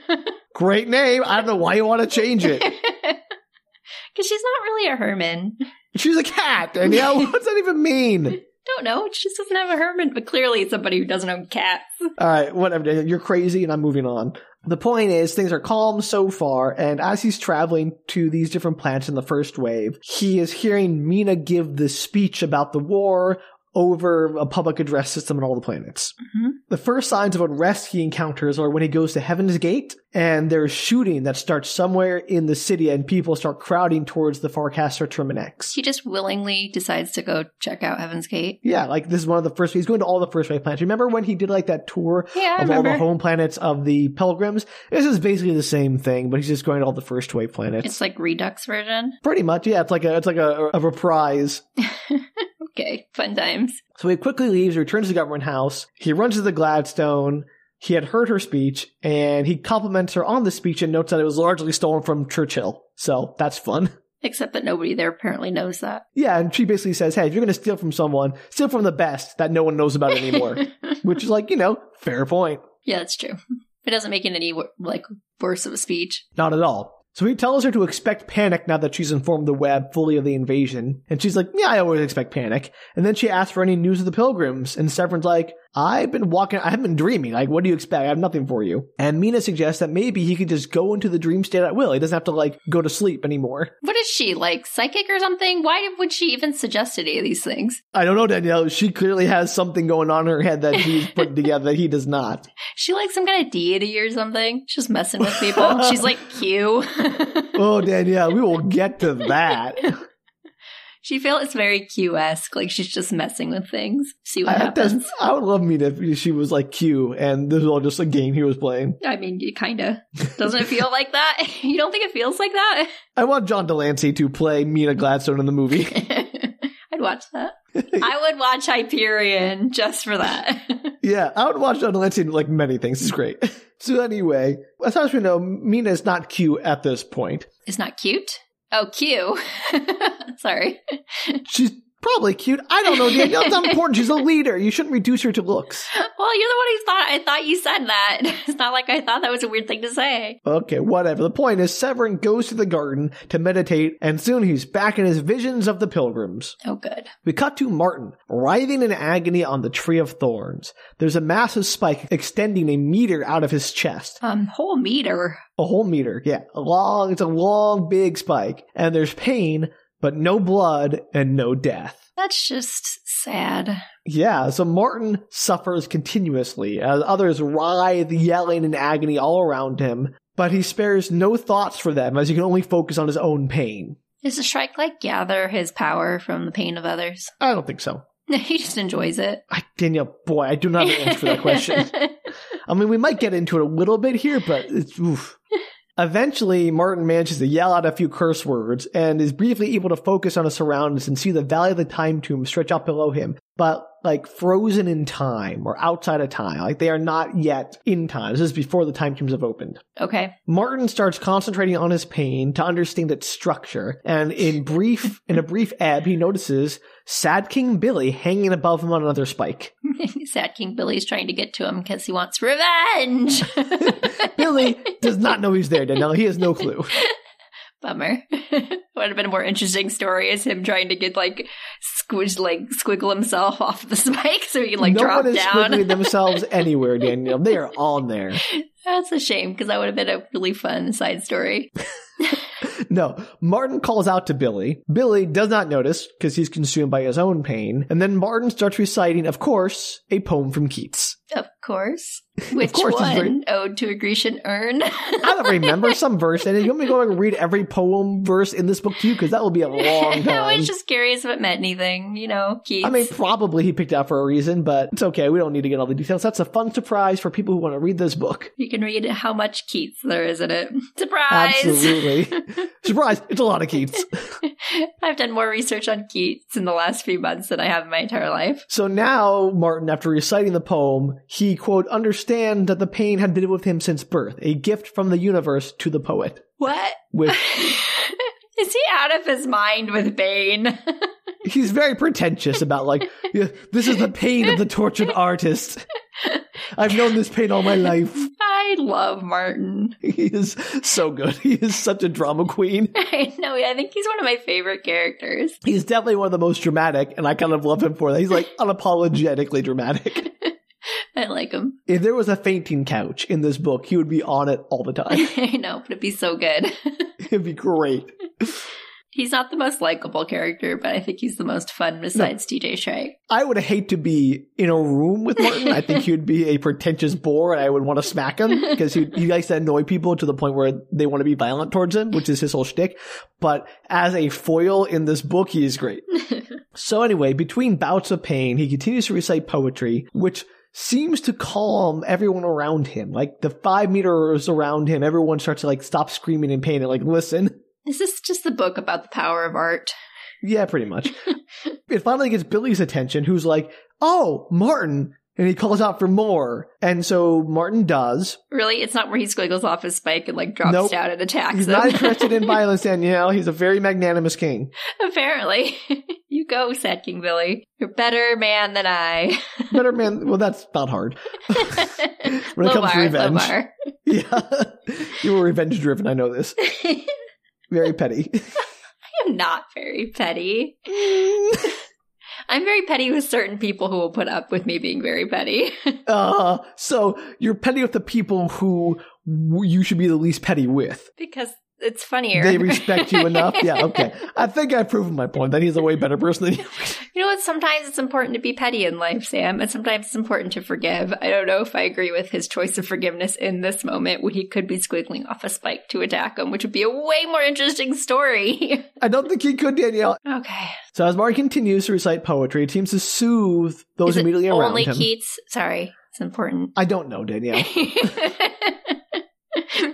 S1: Great name. I don't know why you want to change it.
S2: Because she's not really a Herman.
S1: She's a cat, Danielle. What's that even mean?
S2: Don't know. She just doesn't have a Herman, but clearly it's somebody who doesn't own cats.
S1: All right, whatever. Danielle. You're crazy, and I'm moving on. The point is, things are calm so far, and as he's traveling to these different plants in the first wave, he is hearing Mina give the speech about the war over a public address system on all the planets.
S2: Mhm.
S1: The first signs of unrest he encounters are when he goes to Heaven's Gate, and there's shooting that starts somewhere in the city, and people start crowding towards the Farcaster Terminex.
S2: She just willingly decides to go check out Heaven's Gate.
S1: Yeah, like this is one of the first. He's going to all the first wave planets. Remember when he did like that tour
S2: Yeah, I
S1: of all
S2: remember.
S1: the home planets of the pilgrims? This is basically the same thing, but he's just going to all the first wave planets.
S2: it's like Redux version.
S1: Pretty much, yeah. It's like a it's like a, a reprise.
S2: okay, fun times.
S1: So he quickly leaves, returns to the government house. He runs to the Gladstone. He had heard her speech, and he compliments her on the speech and notes that it was largely stolen from Churchill. So that's fun.
S2: Except that nobody there apparently knows that.
S1: Yeah, and she basically says, "Hey, if you're going to steal from someone, steal from the best that no one knows about anymore," which is like, you know, fair point.
S2: yeah, that's true. It doesn't make it any wor- like worse of a speech.
S1: Not at all. So he tells her to expect panic now that she's informed the web fully of the invasion. And she's like, Yeah, I always expect panic. And then she asks for any news of the pilgrims. And Severin's like, I've been walking, I haven't been dreaming. Like, what do you expect? I have nothing for you. And Mina suggests that maybe he could just go into the dream state at will. He doesn't have to, like, go to sleep anymore.
S2: What is she like psychic or something? Why did- would she even suggest any of these things?
S1: I don't know, Danielle. She clearly has something going on in her head that he's putting together that he does not.
S2: She like some kind of deity or something. She's just messing with people. She's like Q.
S1: Oh, Danielle, we will get to that.
S2: she feels very Q esque. Like she's just messing with things. See what
S1: I, that does-
S2: happens.
S1: I would love Mina if she was like Q and this was all just a game he was playing.
S2: I mean, you kind of doesn't it feel like that? You don't think it feels like that?
S1: I want John Delancey to play Mina Gladstone in the movie.
S2: I'd watch that. I would watch Hyperion just for that.
S1: yeah, I would watch John Delancey in like many things. It's great. so anyway, as far as we know, Mina is not cute at this point.
S2: it's not cute. Oh, Q. Sorry.
S1: She's probably cute. I don't know, Danielle. It's not important. She's a leader. You shouldn't reduce her to looks.
S2: Well, you're the one who thought I thought you said that. It's not like I thought that was a weird thing to say.
S1: Okay, whatever. The point is Severin goes to the garden to meditate, and soon he's back in his visions of the pilgrims.
S2: Oh, good.
S1: We cut to Martin, writhing in agony on the tree of thorns. There's a massive spike extending a meter out of his chest.
S2: Um, whole meter.
S1: A whole meter, yeah. A long, it's a long, big spike. And there's pain, but no blood and no death.
S2: That's just sad.
S1: Yeah, so Martin suffers continuously as others writhe, yelling in agony all around him, but he spares no thoughts for them as he can only focus on his own pain.
S2: Does the Shrike like gather his power from the pain of others?
S1: I don't think so.
S2: he just enjoys it.
S1: I, Danielle, boy, I do not have an answer for that question. I mean, we might get into it a little bit here, but it's oof. Eventually, Martin manages to yell out a few curse words and is briefly able to focus on his surroundings and see the valley of the time tomb stretch out below him, but like frozen in time or outside of time. Like they are not yet in time. This is before the time tombs have opened.
S2: okay.
S1: Martin starts concentrating on his pain to understand its structure, and in brief, in a brief ebb, he notices Sad King Billy hanging above him on another spike.
S2: Sad King Billy's trying to get to him because he wants revenge.
S1: Billy does not know he's there, Danielle. He has no clue.
S2: Bummer. Would have been a more interesting story is him trying to get like squish like squiggle himself off the spike so he can like
S1: no
S2: drop
S1: one is squiggling
S2: down.
S1: themselves anywhere, Daniel. They are all in there.
S2: That's a shame because that would have been a really fun side story.
S1: No, Martin calls out to Billy. Billy does not notice because he's consumed by his own pain, and then Martin starts reciting, of course, a poem from Keats.
S2: Of course. Which
S1: course, it's
S2: one?
S1: very-
S2: Ode to a Grecian urn.
S1: I don't remember some verse, and you want me to go and read every poem verse in this book to you because that will be a long
S2: I
S1: time.
S2: was just curious if it meant anything, you know, Keats.
S1: I mean, probably he picked out for a reason, but it's okay. We don't need to get all the details. That's a fun surprise for people who want to read this book.
S2: you can read how much Keats there is in it. Surprise!
S1: Absolutely. surprise! It's a lot of Keats.
S2: I've done more research on Keats in the last few months than I have in my entire life.
S1: So now, Martin, after reciting the poem, he, quote, understand that the pain had been with him since birth, a gift from the universe to the poet.
S2: What?
S1: With
S2: Is he out of his mind with Bane?
S1: he's very pretentious about like "Yeah, this is the pain of the tortured artist. I've known this pain all my life.
S2: I love Martin.
S1: He is so good. He is such a drama queen.
S2: I know. I think he's one of my favorite characters.
S1: He's definitely one of the most dramatic, and I kind of love him for that. He's like unapologetically dramatic.
S2: I like him.
S1: If there was a fainting couch in this book, he would be on it all the time.
S2: I know, but it'd be so good.
S1: It'd be great.
S2: he's not the most likable character, but I think he's the most fun besides TJ Shrike.
S1: I would hate to be in a room with Martin. I think he would be a pretentious bore, and I would want to smack him because he, he likes to annoy people to the point where they want to be violent towards him, which is his whole shtick. But as a foil in this book, he is great. so anyway, between bouts of pain, he continues to recite poetry, which seems to calm everyone around him. Like the five meters around him, everyone starts to like stop screaming in pain and like listen.
S2: Is this just the book about the power of art?
S1: Yeah, pretty much. it finally gets Billy's attention, who's like, oh, Martin. And he calls out for more. And so Martin does.
S2: Really, it's not where he squiggles off his spike and like drops
S1: Nope.
S2: down and attacks
S1: He's
S2: him.
S1: not interested in violence, Danielle. He's a very magnanimous king.
S2: Apparently, you go, Sad King Billy. You're a better man than I.
S1: Better man. Well, that's not hard.
S2: low
S1: comes to
S2: bar,
S1: revenge.
S2: low bar.
S1: Yeah. you were revenge driven. I know this.
S2: I
S1: Very petty.
S2: am not very petty. I'm very petty with certain people who will put up with me being very petty.
S1: Uh, so you're petty with the people who w- you should be the least petty with.
S2: because it's funnier.
S1: They respect you enough. Yeah, okay. I think I've proven my point that he's a way better person than you.
S2: You know what? Sometimes it's important to be petty in life, Sam, and sometimes it's important to forgive. I don't know if I agree with his choice of forgiveness in this moment when he could be squiggling off a spike to attack him, which would be a way more interesting story.
S1: I don't think he could, Danielle.
S2: okay.
S1: So as Martin continues to recite poetry, it seems to soothe those
S2: Is it
S1: immediately around
S2: only
S1: him.
S2: Keats. Sorry, it's important.
S1: I don't know, Danielle.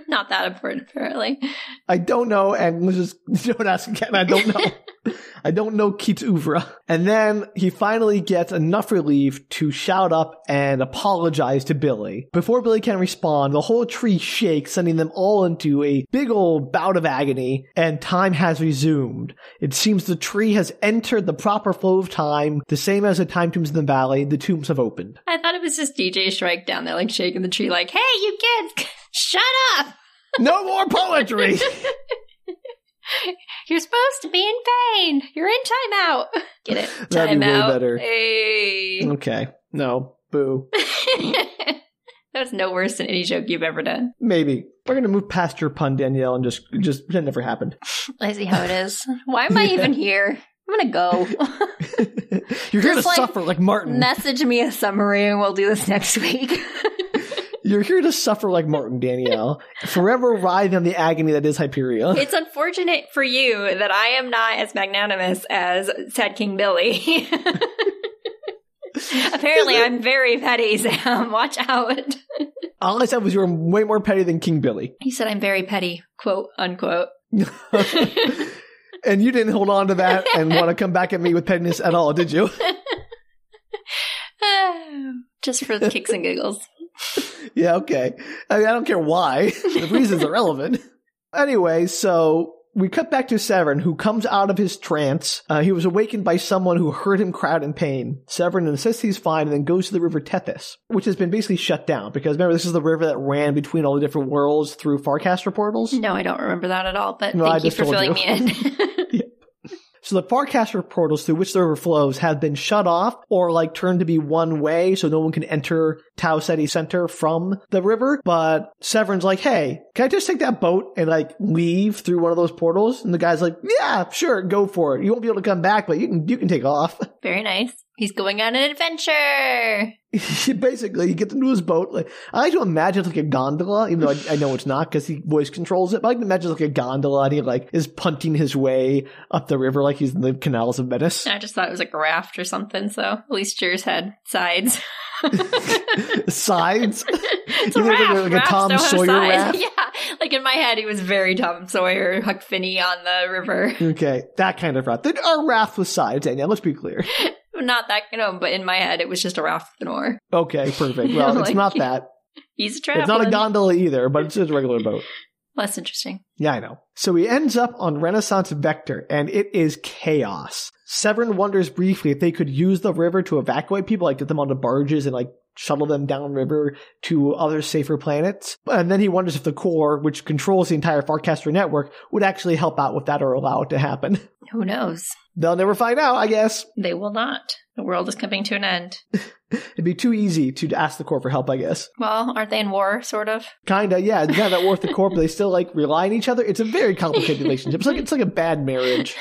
S2: Not that important, apparently.
S1: I don't know, and let's just don't ask again. I don't know. I don't know Keats Uvra. And then he finally gets enough relief to shout up and apologize to Billy. Before Billy can respond, the whole tree shakes, sending them all into a big old bout of agony, and time has resumed. It seems the tree has entered the proper flow of time, the same as the time tombs in the valley, the tombs have opened.
S2: I thought it was just DJ Shrike down there, like shaking the tree, like, hey, you kids, shut up!
S1: No more poetry!
S2: You're supposed to be in pain. You're in timeout. Get it?
S1: That'd be way
S2: Timeout.
S1: better.
S2: Hey.
S1: okay. No. Boo.
S2: That's no worse than any joke you've ever done.
S1: Maybe. We're gonna move past your pun, Danielle, and just just pretend it never happened.
S2: I see how it is. Why am I
S1: Yeah.
S2: even here? I'm gonna go.
S1: You're here to
S2: Just like-
S1: suffer like Martin.
S2: Message me a summary and we'll do this next week.
S1: You're here to suffer like Martin, Danielle. Forever writhing on the agony that is Hyperia.
S2: it's unfortunate for you that I am not as magnanimous as Sad King Billy. Apparently, I'm very petty, Sam. Watch out.
S1: All I said was you were way more petty than King Billy.
S2: You said I'm very petty, quote unquote.
S1: and you didn't hold on to that and want to come back at me with pettiness at all, did you?
S2: Just for the kicks and giggles.
S1: Yeah, okay. I mean, I don't care why. The reason's irrelevant. Anyway, so we cut back to Severin, who comes out of his trance. Uh, he was awakened by someone who heard him crowd in pain. Severin insists he's fine and then goes to the river Tethys, which has been basically shut down because remember, this is the river that ran between all the different worlds through Farcaster portals.
S2: No, I don't remember that at all, but
S1: No, I
S2: thank you
S1: just
S2: for
S1: told
S2: filling
S1: you.
S2: me in.
S1: So the Farcaster portals through which the river flows have been shut off or like turned to be one way so no one can enter Tau Ceti Center from the river. But Severin's like, hey, can I just take that boat and like leave through one of those portals? And the guy's like, yeah, sure, go for it. You won't be able to come back, but you can, you can take off.
S2: Very nice. He's going on an adventure.
S1: Basically, he gets into his boat. Like I like to imagine it's like a gondola, even though I, I know it's not because he voice controls it. But I like to imagine it's like a gondola, and he like is punting his way up the river like he's in the canals of Venice.
S2: I just thought it was like a raft or something, so at least yours had sides.
S1: Sides.
S2: it's
S1: You
S2: a
S1: think it was
S2: raft.
S1: like a
S2: Rafts
S1: Tom
S2: don't have
S1: Sawyer raft?
S2: sides. Yeah. Like in my head, he was very Tom Sawyer, Huck Finney on the river.
S1: Okay, that kind of raft. There are raft with sides, Danielle. Let's be clear.
S2: Not that, you know, but in my head, it was just a raft with an oar.
S1: Okay, perfect. Well,
S2: Like-
S1: it's not that.
S2: He's a
S1: It's
S2: traveler.
S1: not a gondola either, but it's just a regular boat.
S2: Less interesting.
S1: Yeah, I know. So he ends up on Renaissance Vector, and it is chaos. Severin wonders briefly if they could use the river to evacuate people, like get them onto barges and like shuttle them downriver to other safer planets. And then he wonders if the core, which controls the entire Farcaster network, would actually help out with that or allow it to happen.
S2: Who knows?
S1: They'll never find out, I guess.
S2: They will not. The world is coming to an end.
S1: It'd be too easy to ask the core for help, I guess.
S2: Well, aren't they in war, sort of?
S1: Kinda, yeah. They're not that worth the corp, but they still like rely on each other. It's a very complicated relationship. It's like it's like a bad marriage.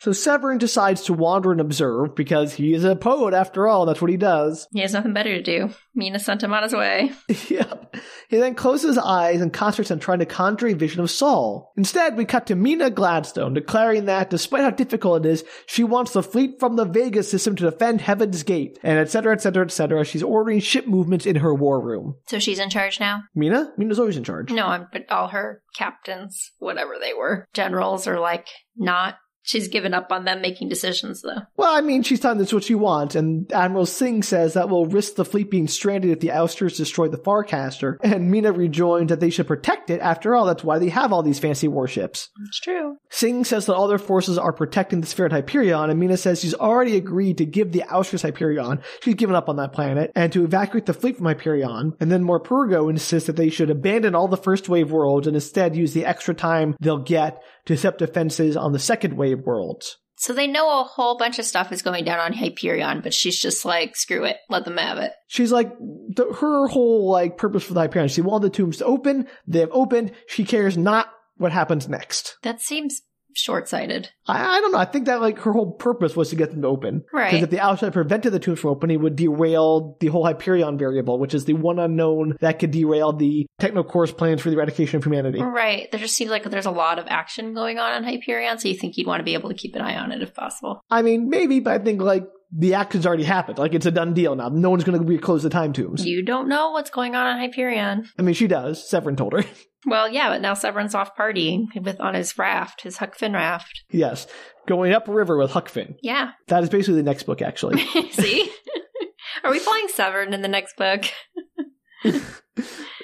S1: So Severin decides to wander and observe because he is a poet after all. That's what he does.
S2: He has nothing better to do. Mina sent him on his way.
S1: yep. He then closes his eyes and concentrates on trying to conjure a vision of Saul. Instead, we cut to Mina Gladstone declaring that, despite how difficult it is, she wants the fleet from the Vega system to defend Heaven's Gate, and etc., etc., etc. She's ordering ship movements in her war room.
S2: So she's in charge now?
S1: Mina? Mina's always in charge.
S2: No, I'm, but all her captains, whatever they were, generals, are like not She's given up on them making decisions, though.
S1: Well, I mean, she's telling this what she wants, and Admiral Singh says that will risk the fleet being stranded if the ousters destroy the Farcaster. And Mina rejoins that they should protect it. After all, that's why they have all these fancy warships.
S2: It's true.
S1: Singh says that all their forces are protecting the sphere Hyperion, and Mina says she's already agreed to give the ousters Hyperion. She's given up on that planet, and to evacuate the fleet from Hyperion. And then Morpurgo insists that they should abandon all the first wave worlds and instead use the extra time they'll get to set up defenses on the second wave worlds.
S2: So they know a whole bunch of stuff is going down on Hyperion, but she's just like, screw it, let them have it.
S1: She's like the, her whole like purpose for the Hyperion. She wanted the tombs to open. They have opened. She cares not what happens next.
S2: That seems short sighted.
S1: I, I don't know. I think that like her whole purpose was to get them to open. Because
S2: Right.
S1: if the outside prevented the tombs from opening, it would derail the whole Hyperion variable, which is the one unknown that could derail the techno course plans for the eradication of humanity.
S2: Right. There just seems like there's a lot of action going on on Hyperion, so you think you'd want to be able to keep an eye on it if possible.
S1: I mean, maybe, but I think like the action's already happened. Like it's a done deal now. No one's going to reclose the time tombs.
S2: You don't know what's going on on Hyperion.
S1: I mean, she does. Severin told her.
S2: Well, yeah, but now Severin's off partying with on his raft, his Huck Finn raft.
S1: yes. Going upriver with Huck Finn.
S2: Yeah.
S1: That is basically the next book, actually.
S2: See? Are we flying Severn in the next book?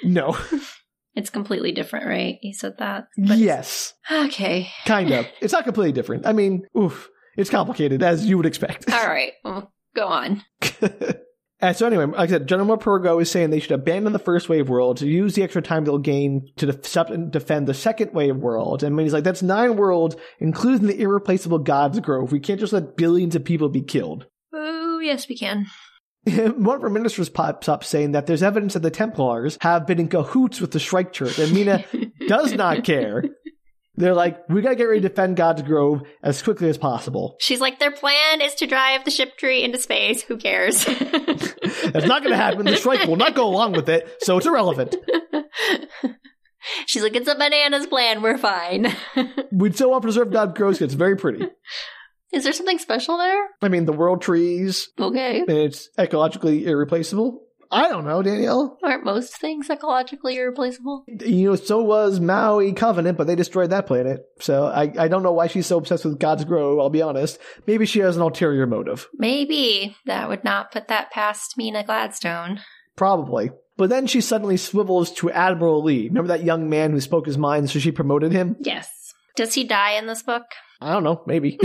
S1: no.
S2: It's completely different, right? You said that.
S1: yes.
S2: Okay.
S1: Kind of. It's not completely different. I mean, oof. It's complicated, as you would expect.
S2: All right. Well, go on.
S1: And so anyway, like I said, General Pergo is saying they should abandon the first wave world to use the extra time they'll gain to def- sup- and defend the second wave world. And he's like, that's nine worlds, including the irreplaceable God's Grove. We can't just let billions of people be killed.
S2: Oh, yes, we can.
S1: One of our ministers pops up saying that there's evidence that the Templars have been in cahoots with the Shrike Church, and Mina does not care. They're like, we gotta get ready to defend God's Grove as quickly as possible.
S2: She's like, their plan is to drive the ship tree into space. Who cares?
S1: That's not gonna happen. The strike will not go along with it, so it's irrelevant.
S2: She's like, it's a bananas plan. We're fine.
S1: We'd so well preserve God's Grove, it's very pretty.
S2: is there something special there?
S1: I mean, the world trees,
S2: Okay.
S1: and it's ecologically irreplaceable. I don't know, Danielle.
S2: Aren't most things ecologically irreplaceable?
S1: You know, so was Maui Covenant, but they destroyed that planet. So I, I don't know why she's so obsessed with God's Grove, I'll be honest. Maybe she has an ulterior motive.
S2: Maybe. That would not put that past Mina Gladstone.
S1: Probably. But then she suddenly swivels to Admiral Lee. Remember that young man who spoke his mind, so she promoted him?
S2: Yes. Does he die in this book?
S1: I don't know, maybe.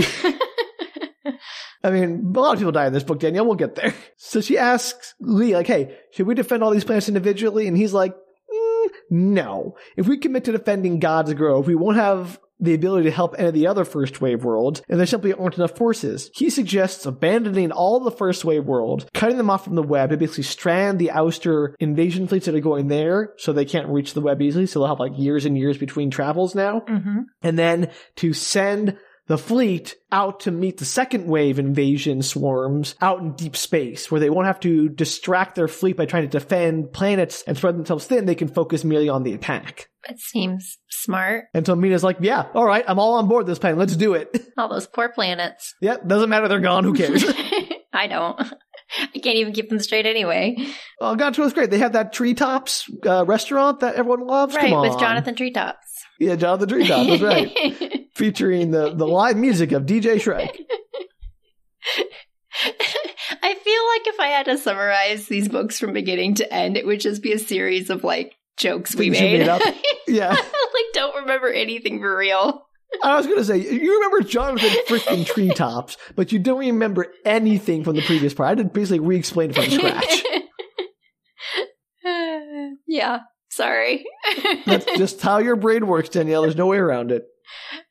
S1: I mean, a lot of people die in this book, Danielle. We'll get there. So she asks Lee, like, hey, should we defend all these planets individually? And he's like, "Mm, no. If we commit to defending God's Grove, we won't have the ability to help any of the other first wave worlds, and there simply aren't enough forces. He suggests abandoning all the first wave worlds, cutting them off from the web, and basically strand the ouster invasion fleets that are going there so they can't reach the web easily, so they'll have like years and years between travels now
S2: Mm-hmm.
S1: and then to send the fleet out to meet the second wave invasion swarms out in deep space, where they won't have to distract their fleet by trying to defend planets and spread themselves thin. They can focus merely on the attack.
S2: It seems smart.
S1: And so Mina's like, yeah, all right, I'm all on board this plan. Let's do it.
S2: All those poor planets.
S1: yep, doesn't matter. They're gone. Who cares?
S2: I don't. I can't even keep them straight anyway.
S1: oh, God, it was great. They have that treetops uh, restaurant that everyone loves.
S2: right,
S1: Come on.
S2: with Jonathan Treetops.
S1: Yeah, Jonathan Treetop. That's right. Featuring the, the live music of DJ Shrek.
S2: I feel like if I had to summarize these books from beginning to end, it would just be a series of like jokes we
S1: Things you
S2: made.
S1: made up. Yeah.
S2: like don't remember anything for real.
S1: I was gonna say you remember Jonathan freaking treetops, but you don't remember anything from the previous part. I did basically re-explain it from scratch.
S2: yeah, sorry.
S1: That's just how your brain works, Danielle. There's no way around it.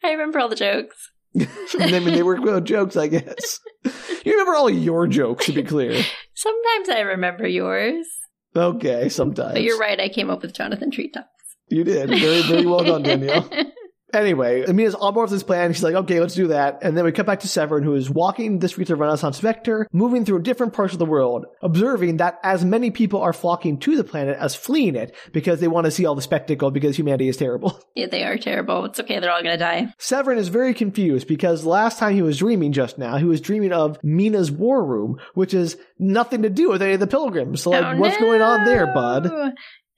S2: I remember all the jokes.
S1: I mean, they were well, jokes, I guess. You remember all your jokes, to be clear.
S2: Sometimes I remember yours,
S1: Okay, sometimes
S2: but you're right. I came up with Jonathan Treetop.
S1: You did very, very well done, Danielle. Anyway, Amina's on board with this plan. She's like, okay, let's do that. And then we cut back to Severin, who is walking the streets of Renaissance Vector, moving through different parts of the world, observing that as many people are flocking to the planet as fleeing it because they want to see all the spectacle because humanity is terrible.
S2: yeah, they are terrible. It's okay. They're all gonna die.
S1: Severin is very confused because last time he was dreaming just now, he was dreaming of Mina's war room, which is nothing to do with any of the pilgrims. So like,
S2: Oh,
S1: what's
S2: no.
S1: going on there, bud?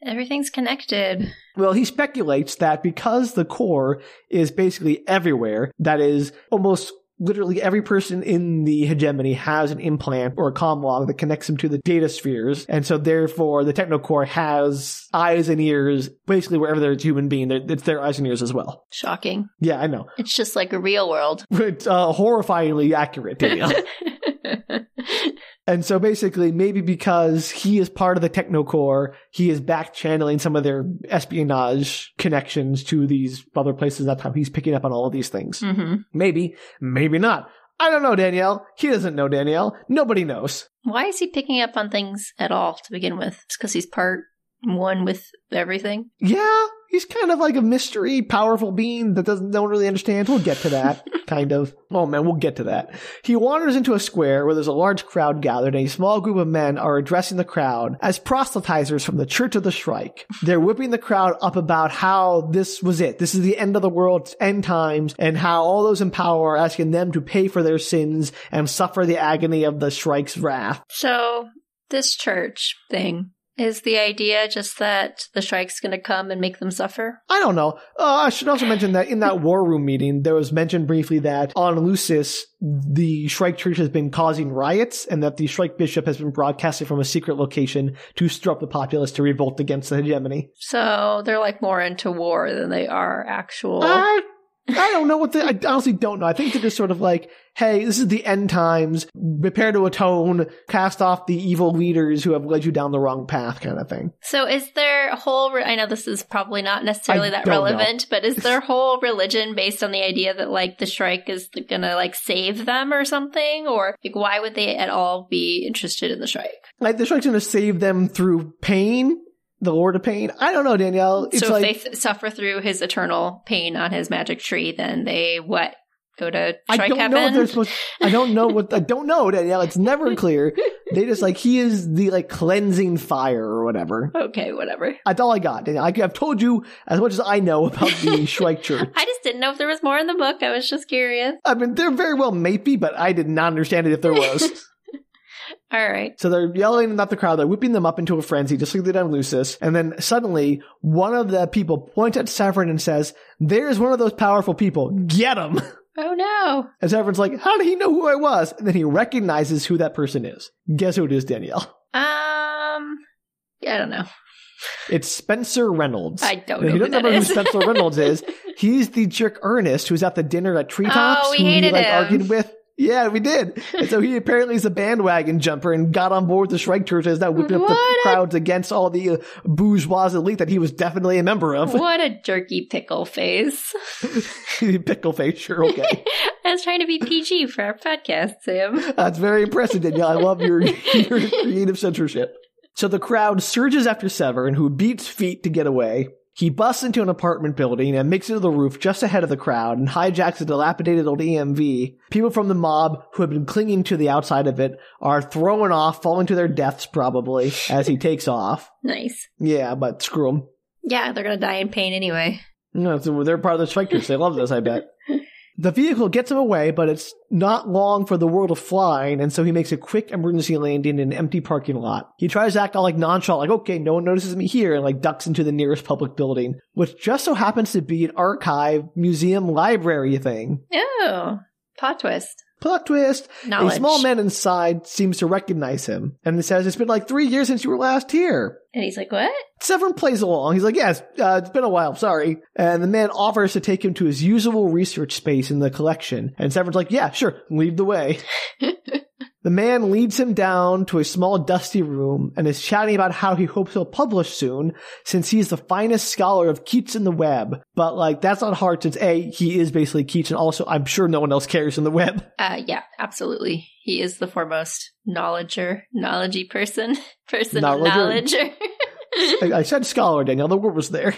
S2: Everything's connected.
S1: Well, he speculates that because the core is basically everywhere, that is almost literally every person in the hegemony has an implant or a comlog that connects them to the data spheres. And so therefore the technocore has eyes and ears basically wherever there's a human being, they're- it's their eyes and ears as well.
S2: Shocking.
S1: Yeah, I know.
S2: It's just like a real world.
S1: But uh, horrifyingly accurate, Danielle. And so basically, maybe because he is part of the Technocore, he is back channeling some of their espionage connections to these other places. That's how he's picking up on all of these things.
S2: hmm
S1: Maybe, maybe not. I don't know, Danielle. He doesn't know, Danielle. Nobody knows.
S2: Why is he picking up on things at all to begin with? It's because he's part one with everything.
S1: Yeah, he's kind of like a mystery, powerful being that doesn't no one really understands. We'll get to that, kind of. Oh man, we'll get to that. He wanders into a square where there's a large crowd gathered, and a small group of men are addressing the crowd as proselytizers from the Church of the Shrike. They're whipping the crowd up about how this was it. This is the end of the world, it's end times, and how all those in power are asking them to pay for their sins and suffer the agony of the Shrike's wrath.
S2: So, this church thing is the idea just that the shrike's going to come and make them suffer?
S1: I don't know. Uh, I should also mention that in that war room meeting, there was mentioned briefly that on Lucis, the Shrike Church has been causing riots and that the Shrike Bishop has been broadcasting from a secret location to stir up the populace to revolt against the hegemony.
S2: So, they're like more into war than they are actual.
S1: I, I don't know what the, I honestly don't know. I think they're just sort of like, hey, this is the end times, prepare to atone, cast off the evil leaders who have led you down the wrong path kind of thing.
S2: So is their whole re- I know this is probably not necessarily
S1: I
S2: that
S1: don't know.
S2: relevant, but is their whole religion based on the idea that like the shrike is going to like save them or something or like why would they at all be interested in the shrike?
S1: Like, the Shrike's gonna save them through pain, the Lord of Pain. I don't know, Danielle. It's
S2: so
S1: like,
S2: if they th- suffer through his eternal pain on his magic tree, then they what? Go to
S1: I
S2: shrike
S1: don't
S2: heaven?
S1: know if they're supposed. I don't know what. I don't know, Danielle. It's never clear. They just like he is the like cleansing fire or whatever.
S2: okay, whatever.
S1: That's all I got, Danielle. I, I've told you as much as I know about the Shrike Church.
S2: I just didn't know if there was more in the book. I was just curious.
S1: I mean, there very well may be, but I did not understand it if there was.
S2: All right.
S1: so they're yelling at the crowd. They're whipping them up into a frenzy, just like they did on Lucis. And then suddenly, one of the people points at Severin and says, "There's one of those powerful people. Get him!"
S2: Oh no.
S1: And Severin's like, "How did he know who I was?" And then he recognizes who that person is. Guess who it is, Danielle.
S2: Um I don't know.
S1: It's Spencer Reynolds.
S2: I don't
S1: If
S2: know.
S1: you
S2: who
S1: don't
S2: that
S1: remember
S2: is.
S1: who Spencer Reynolds is, he's the jerk Ernest who's at the dinner at Treetops
S2: Oh, we
S1: who
S2: hated
S1: like
S2: him.
S1: argued with. Yeah, we did. And so he apparently is a bandwagon jumper and got on board the Shrike Church and is now whipping up the
S2: What a-
S1: crowds against all the uh, bourgeois elite that he was definitely a member of.
S2: What a jerky pickle face.
S1: Pickle face, sure, okay.
S2: I was trying to be PG for our podcast, Sam.
S1: That's very impressive, Danielle. I love your, your creative censorship. So the crowd surges after Severn, who beats feet to get away. He busts into an apartment building and makes it to the roof just ahead of the crowd and hijacks a dilapidated old EMV. People from the mob who have been clinging to the outside of it are thrown off, falling to their deaths probably as he takes off.
S2: Nice.
S1: Yeah, but screw him.
S2: Yeah, they're gonna die in pain anyway.
S1: No, so they're part of the strikers. They love this, I bet. The vehicle gets him away, but it's not long for the world of flying, and so he makes a quick emergency landing in an empty parking lot. He tries to act all like nonchalant, like, okay, no one notices me here, and like ducks into the nearest public building, which just so happens to be an archive, museum, library thing.
S2: Oh, plot twist.
S1: Plot twist!
S2: Knowledge.
S1: A small man inside seems to recognize him, and says, it's been like three years since you were last here.
S2: And he's like, what?
S1: Severn plays along. He's like, yes, uh, it's been a while, sorry. And the man offers to take him to his usual research space in the collection. And Severn's like, yeah, sure, lead the way. the man leads him down to a small dusty room and is shouting about how he hopes he'll publish soon since he's the finest scholar of Keats in the web. But like, that's not hard since A, he is basically Keats and also I'm sure no one else cares in the web.
S2: Uh, yeah, absolutely. He is the foremost knowledger, knowledgey person, person
S1: Knowledger.
S2: of knowledger.
S1: I, I said scholar, Danielle, the word was there.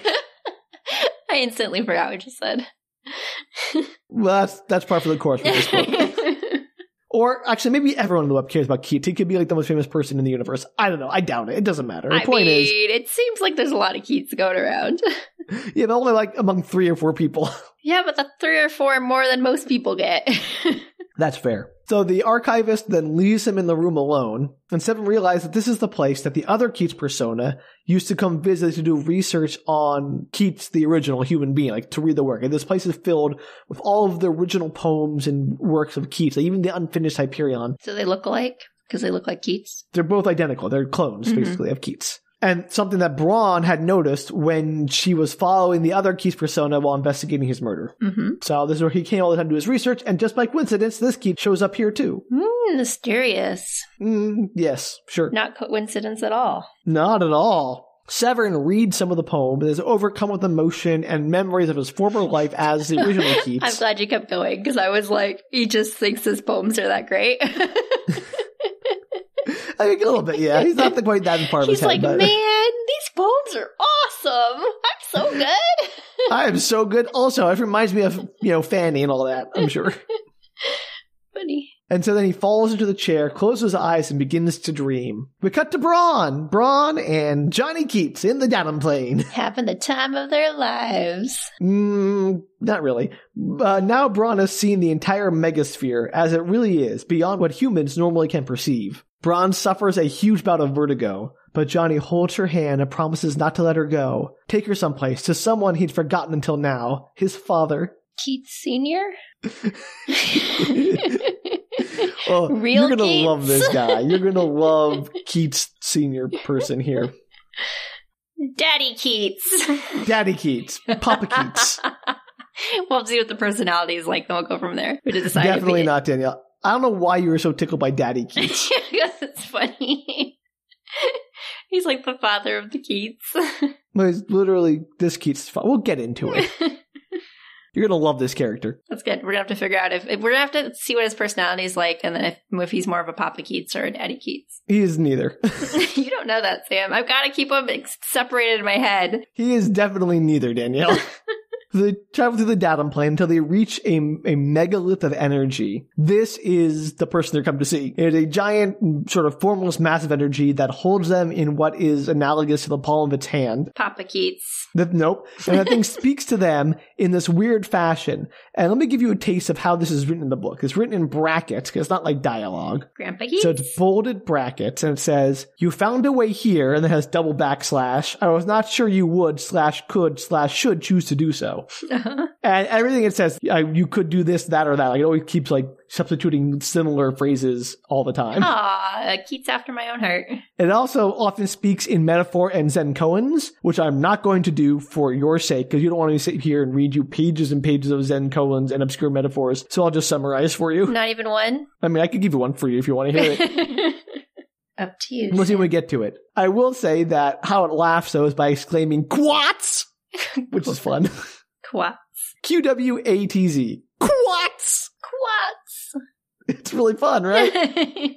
S2: I instantly forgot what you said.
S1: well, that's, that's part for the course for this book. Or actually, maybe everyone in the web cares about Keats. He could be like the most famous person in the universe. I don't know. I doubt it. It doesn't matter. The
S2: I
S1: point
S2: mean, it seems like there's a lot of Keats going around.
S1: is, yeah, but only like among three or four people.
S2: yeah, but the three or four are more than most people get.
S1: That's fair. So the archivist then leaves him in the room alone, and Seven realizes that this is the place that the other Keats persona used to come visit to do research on Keats, the original human being, like to read the work. And this place is filled with all of the original poems and works of Keats, like even the unfinished Hyperion.
S2: So they look alike because they look like Keats.
S1: They're both identical. They're clones,
S2: Mhm.
S1: basically, of Keats. And something that Braun had noticed when she was following the other Keats persona while investigating his murder.
S2: Mm-hmm.
S1: So this is where he came all the time to do his research, and just by coincidence, this Keats shows up here too.
S2: Mm, mysterious.
S1: Mm, yes, sure.
S2: Not coincidence at all.
S1: Not at all. Severn reads some of the poem and is overcome with emotion and memories of his former life as the original
S2: I'm
S1: Keats.
S2: glad you kept going because I was like, he just thinks his poems are that great.
S1: I think a little bit, yeah. He's not the- quite that far of his
S2: He's
S1: head,
S2: like,
S1: but
S2: man, these poems are awesome. I'm so good.
S1: I am so good. Also, it reminds me of you know Fanny and all that. I'm sure.
S2: Funny.
S1: And so then he falls into the chair, closes his eyes, and begins to dream. We cut to Braun, Braun, and Johnny Keats in the datum plane.
S2: Having the time of their lives.
S1: Mm, not really. Uh, now Braun has seen the entire megasphere as it really is, beyond what humans normally can perceive. Braun suffers a huge bout of vertigo, but Johnny holds her hand and promises not to let her go. Take her someplace to someone he'd forgotten until now, his father.
S2: Keats Sr.
S1: Oh,
S2: Real
S1: you're gonna
S2: Keats.
S1: love this guy. You're gonna love Keats senior person here.
S2: Daddy Keats.
S1: Daddy Keats, Papa Keats.
S2: we'll see what the personality is like, then we'll go from there. We just decided
S1: Definitely
S2: we-
S1: not Danielle. I don't know why you were so tickled by Daddy Keats.
S2: Because it's funny. He's like the father of the Keats.
S1: But it's literally this Keats. fa- We'll get into it. You're gonna love this character.
S2: That's good. We're gonna have to figure out if, if we're gonna have to see what his personality is like, and then if, if he's more of a Papa Keats or a Daddy Keats.
S1: He is neither.
S2: you don't know that, Sam. I've got to keep him ex- separated in my head.
S1: he is definitely neither, Danielle. So they travel through the datum plane until they reach a, a megalith of energy. This is the person they're come to see. It is a giant, sort of formless mass of energy that holds them in what is analogous to the palm of its hand.
S2: Papa Keats.
S1: That, nope. And that thing speaks to them in this weird fashion. And let me give you a taste of how this is written in the book. It's written in brackets, 'cause it's not like dialogue.
S2: Grandpa Keats.
S1: So it's bolded brackets and it says, You found a way here, and it has double backslash. I was not sure you would, slash, could, slash, should choose to do so.
S2: Uh-huh.
S1: And everything it says, uh, you could do this, that, or that. Like it always keeps like substituting similar phrases all the time.
S2: Aw, a Keats after my own heart.
S1: It also often speaks in metaphor and Zen koans, which I'm not going to do for your sake because you don't want me to sit here and read you pages and pages of Zen koans and obscure metaphors. So I'll just summarize for you.
S2: Not even one.
S1: I mean, I could give you one for you if you want to hear it.
S2: Up to you.
S1: We'll see when we get to it. I will say that how it laughs though is by exclaiming "quats," which is fun.
S2: Quats.
S1: Q W A T Z. Quats.
S2: Quats.
S1: It's really fun, right?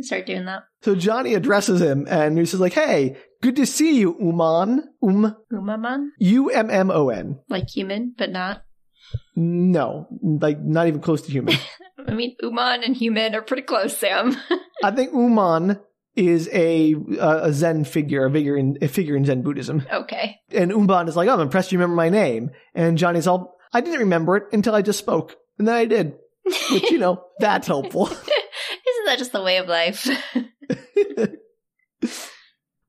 S2: Start doing that.
S1: so Johnny addresses him and he says like, "Hey, good to see you, Uman. Um,
S2: Umaman.
S1: U M M O N.
S2: Like human, but not.
S1: No, like not even close to human.
S2: I mean, Uman and human are pretty close, Sam.
S1: I think Uman is a a Zen figure, a figure in a figure in Zen Buddhism.
S2: okay.
S1: And Umban is like, "Oh, I'm impressed you remember my name. And Johnny's all, I didn't remember it until I just spoke. And then I did. Which, you know, that's helpful.
S2: Isn't that just the way of life?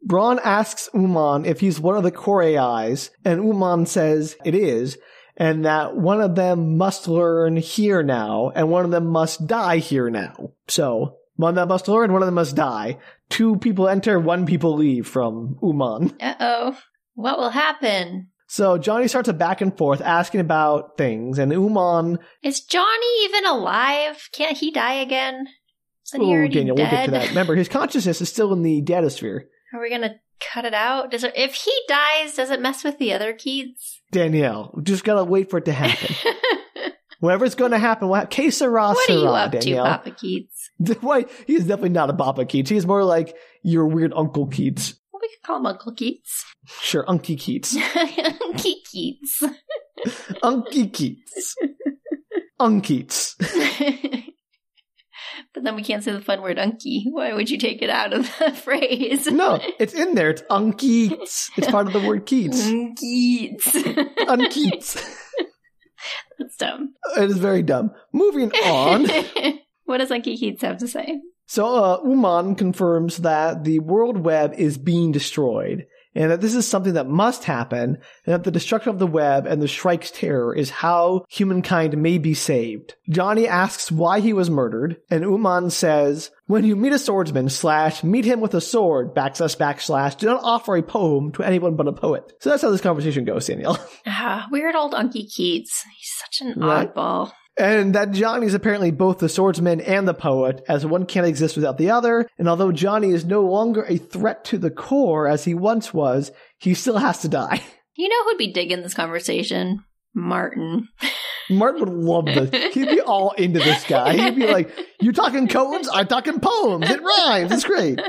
S1: Braun asks Uman if he's one of the core AIs, and Uman says it is, and that one of them must learn here now, and one of them must die here now. So, one of them must learn, one of them must die. Two people enter, one people leave from Uman.
S2: Uh oh. What will happen?
S1: So Johnny starts a back and forth asking about things, and Uman
S2: Is Johnny even alive? Can't he die again? Isn't he
S1: Oh,
S2: already
S1: Daniel, we'll get
S2: dead?
S1: to that. Remember, his consciousness is still in the datasphere.
S2: Are we gonna cut it out? Does it, if he dies, does it mess with the other Keats?
S1: Danielle, we just gotta wait for it to happen.
S2: what
S1: Whatever's gonna happen, what que sera,
S2: are you
S1: sera,
S2: up
S1: Danielle.
S2: to, Papa Keats?
S1: Why? He's definitely not a Papa Keats. He's more like your weird Uncle Keats.
S2: We could call him Uncle Keats.
S1: Sure, Unky Keats.
S2: Uncle Keats.
S1: Unky Keats. Unkeats.
S2: but then we can't say the fun word unky. Why would you take it out of the phrase?
S1: No, it's in there. It's Unkeats. It's part of the word Keats.
S2: Unkeats.
S1: Unkeats.
S2: That's dumb.
S1: It is very dumb. Moving on.
S2: What does Unky Keats have to say?
S1: So uh, Uman confirms that the World Web is being destroyed, and that this is something that must happen, and that the destruction of the web and the Shrike's terror is how humankind may be saved. Johnny asks why he was murdered, and Uman says, "When you meet a swordsman, slash meet him with a sword, backslash backslash, do not offer a poem to anyone but a poet." So that's how this conversation goes, Danielle.
S2: Ah, weird old Unky Keats. He's such an
S1: Right.
S2: oddball.
S1: And that Johnny is apparently both the swordsman and the poet, as one can't exist without the other. And although Johnny is no longer a threat to the core as he once was, he still has to die.
S2: You know who'd be digging this conversation? Martin.
S1: Martin would love this. He'd be all into this guy. He'd be like, You talking codes? I'm talking poems. It rhymes. It's great.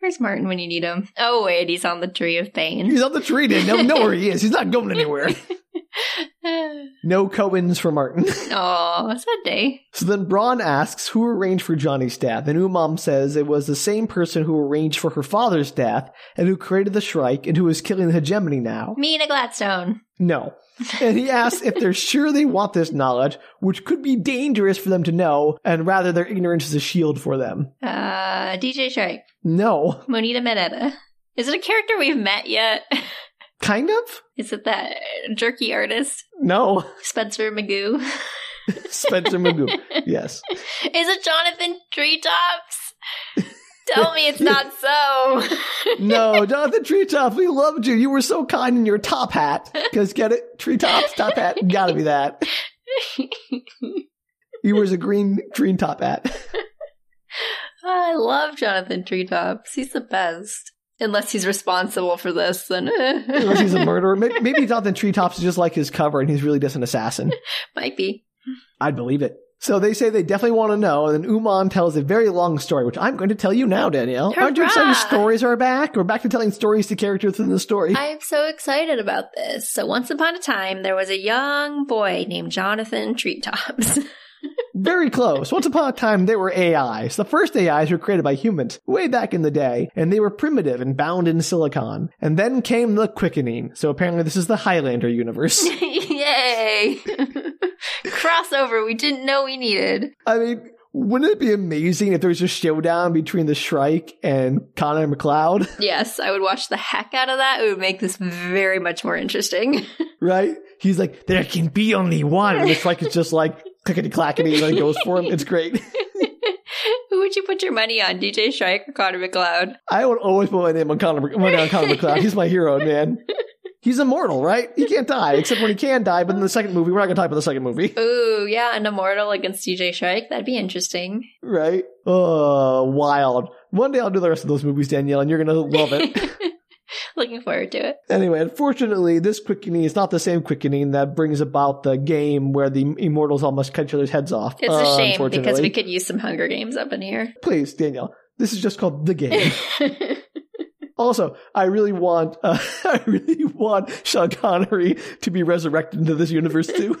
S2: Where's Martin when you need him? Oh, wait, he's on the Tree of Pain.
S1: He's on the tree. They don't know where he is. He's not going anywhere.
S2: oh,
S1: No Cohens for Martin.
S2: sad day.
S1: So then Braun asks who arranged for Johnny's death, and Umam says it was the same person who arranged for her father's death and who created the Shrike and who is killing the hegemony now.
S2: Mina Gladstone.
S1: No. And he asks if they're sure they want this knowledge, which could be dangerous for them to know, and rather their ignorance is a shield for them.
S2: Uh, DJ Shrike.
S1: No.
S2: Monita Manetta. Is it a character we've met yet?
S1: Kind of?
S2: Is it that jerky artist?
S1: No.
S2: Spencer Magoo?
S1: Spencer Magoo. Yes.
S2: Is it Jonathan Treetops? Tell me it's not so.
S1: No, Jonathan Treetop, we loved you. You were so kind in your top hat. Because get it? Treetops, top hat, gotta be that. He wears a green green top hat.
S2: I love Jonathan Treetops. He's the best. Unless he's responsible for this, then eh.
S1: Unless he's a murderer. Maybe, maybe Jonathan Treetops is just like his cover and he's really just an assassin.
S2: might be.
S1: I'd believe it. So they say they definitely want to know, and then Uman tells a very long story, which I'm going to tell you now, Danielle. Aren't you excited
S2: Hurrah!
S1: stories are back? We're back to telling stories to characters in the story.
S2: I am so excited about this. So once upon a time, there was a young boy named Jonathan Treetops.
S1: Very close. Once upon a time, there were AIs. The first AIs were created by humans way back in the day, and they were primitive and bound in silicon. And then came the quickening. So apparently, this is the Highlander universe.
S2: Yay! Crossover we didn't know we needed.
S1: I mean, wouldn't it be amazing if there was a showdown between the Shrike and Connor McLeod,
S2: Yes, I would watch the heck out of that. It would make this very much more interesting.
S1: right? He's like, there can be only one. And the Shrike is just like, clickety clackety, and then goes for him. It's great.
S2: Who would you put your money on, DJ Shrike or Connor McLeod?
S1: I would always put my name on Connor, my name on Connor McLeod. He's my hero, man. He's immortal, right? He can't die, except when he can die. But in the second movie, we're not going to talk about the second movie,
S2: Ooh, yeah, an immortal against DJ Shrike. That'd be interesting.
S1: right? Oh, wild. One day I'll do the rest of those movies, Danielle, and you're going to love it.
S2: Looking forward to it.
S1: Anyway, unfortunately, this quickening is not the same quickening that brings about the game where the immortals almost cut each other's heads off.
S2: It's a shame because
S1: Uh, unfortunately.
S2: we could use some Hunger Games up in here.
S1: Please, Danielle, this is just called the game. also, I really want, uh, I really want Sean Connery to be resurrected into this universe too.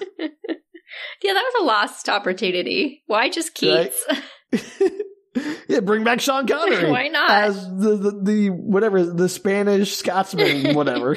S2: Yeah, that was a lost opportunity. Why just Keats?
S1: yeah, bring back Sean Connery.
S2: Why not?
S1: As the, the, the whatever, the Spanish Scotsman, whatever.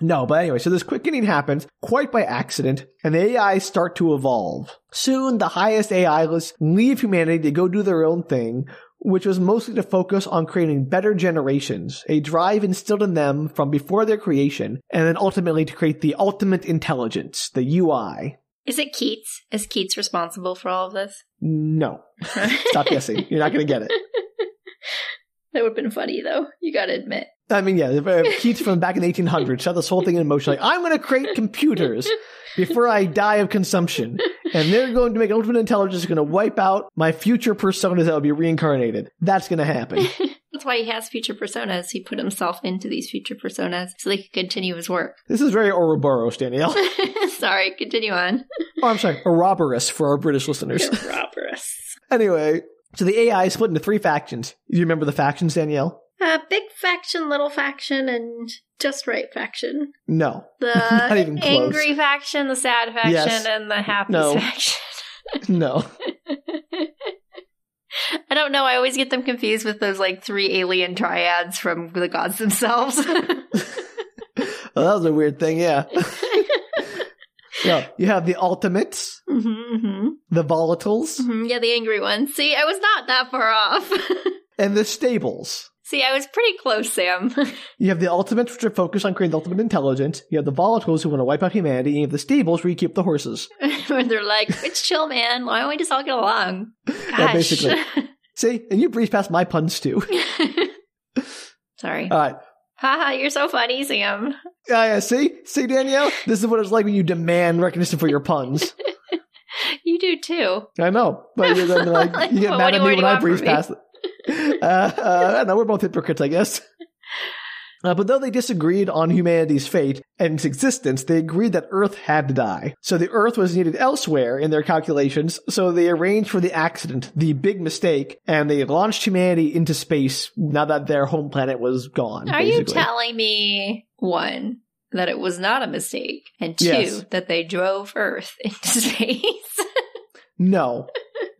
S1: no, but anyway, so this quickening happens quite by accident, and the AI start to evolve. Soon, the highest AI lists leave humanity to go do their own thing, which was mostly to focus on creating better generations, a drive instilled in them from before their creation, and then ultimately to create the ultimate intelligence, the UI.
S2: Is it Keats? Is Keats responsible for all of this?
S1: No. Stop guessing. You're not going to get it.
S2: That would have been funny though. You gotta admit.
S1: I mean, yeah, if, if Keats from back in the 1800s shot this whole thing in motion. Like, I'm going to create computers before I die of consumption, and they're going to make ultimate intelligence going to wipe out my future personas that will be reincarnated. That's going to happen.
S2: That's why he has future personas. He put himself into these future personas so they could continue his work.
S1: This is very Ouroboros, Danielle.
S2: Sorry, continue on.
S1: Oh, I'm sorry, Ouroboros for our British listeners.
S2: Robberous.
S1: Anyway, so the AI is split into three factions. You remember the factions, Danielle?
S2: Uh, big faction, little faction, and just right faction.
S1: No. Not even
S2: The
S1: close.
S2: angry faction, the sad faction,
S1: Yes.
S2: and the happy
S1: No.
S2: faction.
S1: No.
S2: I don't know. I always get them confused with those like three alien triads from the gods themselves. Mm-hmm,
S1: Well, that was a weird thing, yeah. yeah. You have the ultimates,
S2: hmm
S1: the volatiles,
S2: Mhm, Yeah, the angry ones. See, I was not that far off.
S1: and the stables.
S2: See, I was pretty close, Sam.
S1: You have the ultimates, which are focused on creating the ultimate intelligence. You have the volatiles, who want to wipe out humanity. And you have the stables, where you keep the horses.
S2: Where they're like, it's chill, man. Why don't we just all get along?
S1: Yeah,
S2: Gosh.
S1: basically. See, and you breeze past my puns too.
S2: Sorry.
S1: All right.
S2: Haha, you're so funny, Sam.
S1: Yeah, yeah, see? See, Danielle? This is what it's like when you demand recognition for your puns.
S2: You do too.
S1: I know. But you're then like, you get
S2: What
S1: mad
S2: do
S1: at
S2: you-
S1: me
S2: what do
S1: when
S2: you
S1: I
S2: want
S1: breeze
S2: from me?
S1: past it. Uh, uh, I don't know. We're both hypocrites, I guess. Uh, but though they disagreed on humanity's fate and its existence, they agreed that Earth had to die. So the Earth was needed elsewhere in their calculations, so they arranged for the accident, the big mistake, and they launched humanity into space now that their home planet was gone.
S2: Are you
S1: basically.
S2: telling me one that it was not a mistake, and two
S1: Yes.
S2: that they drove Earth into space?
S1: No.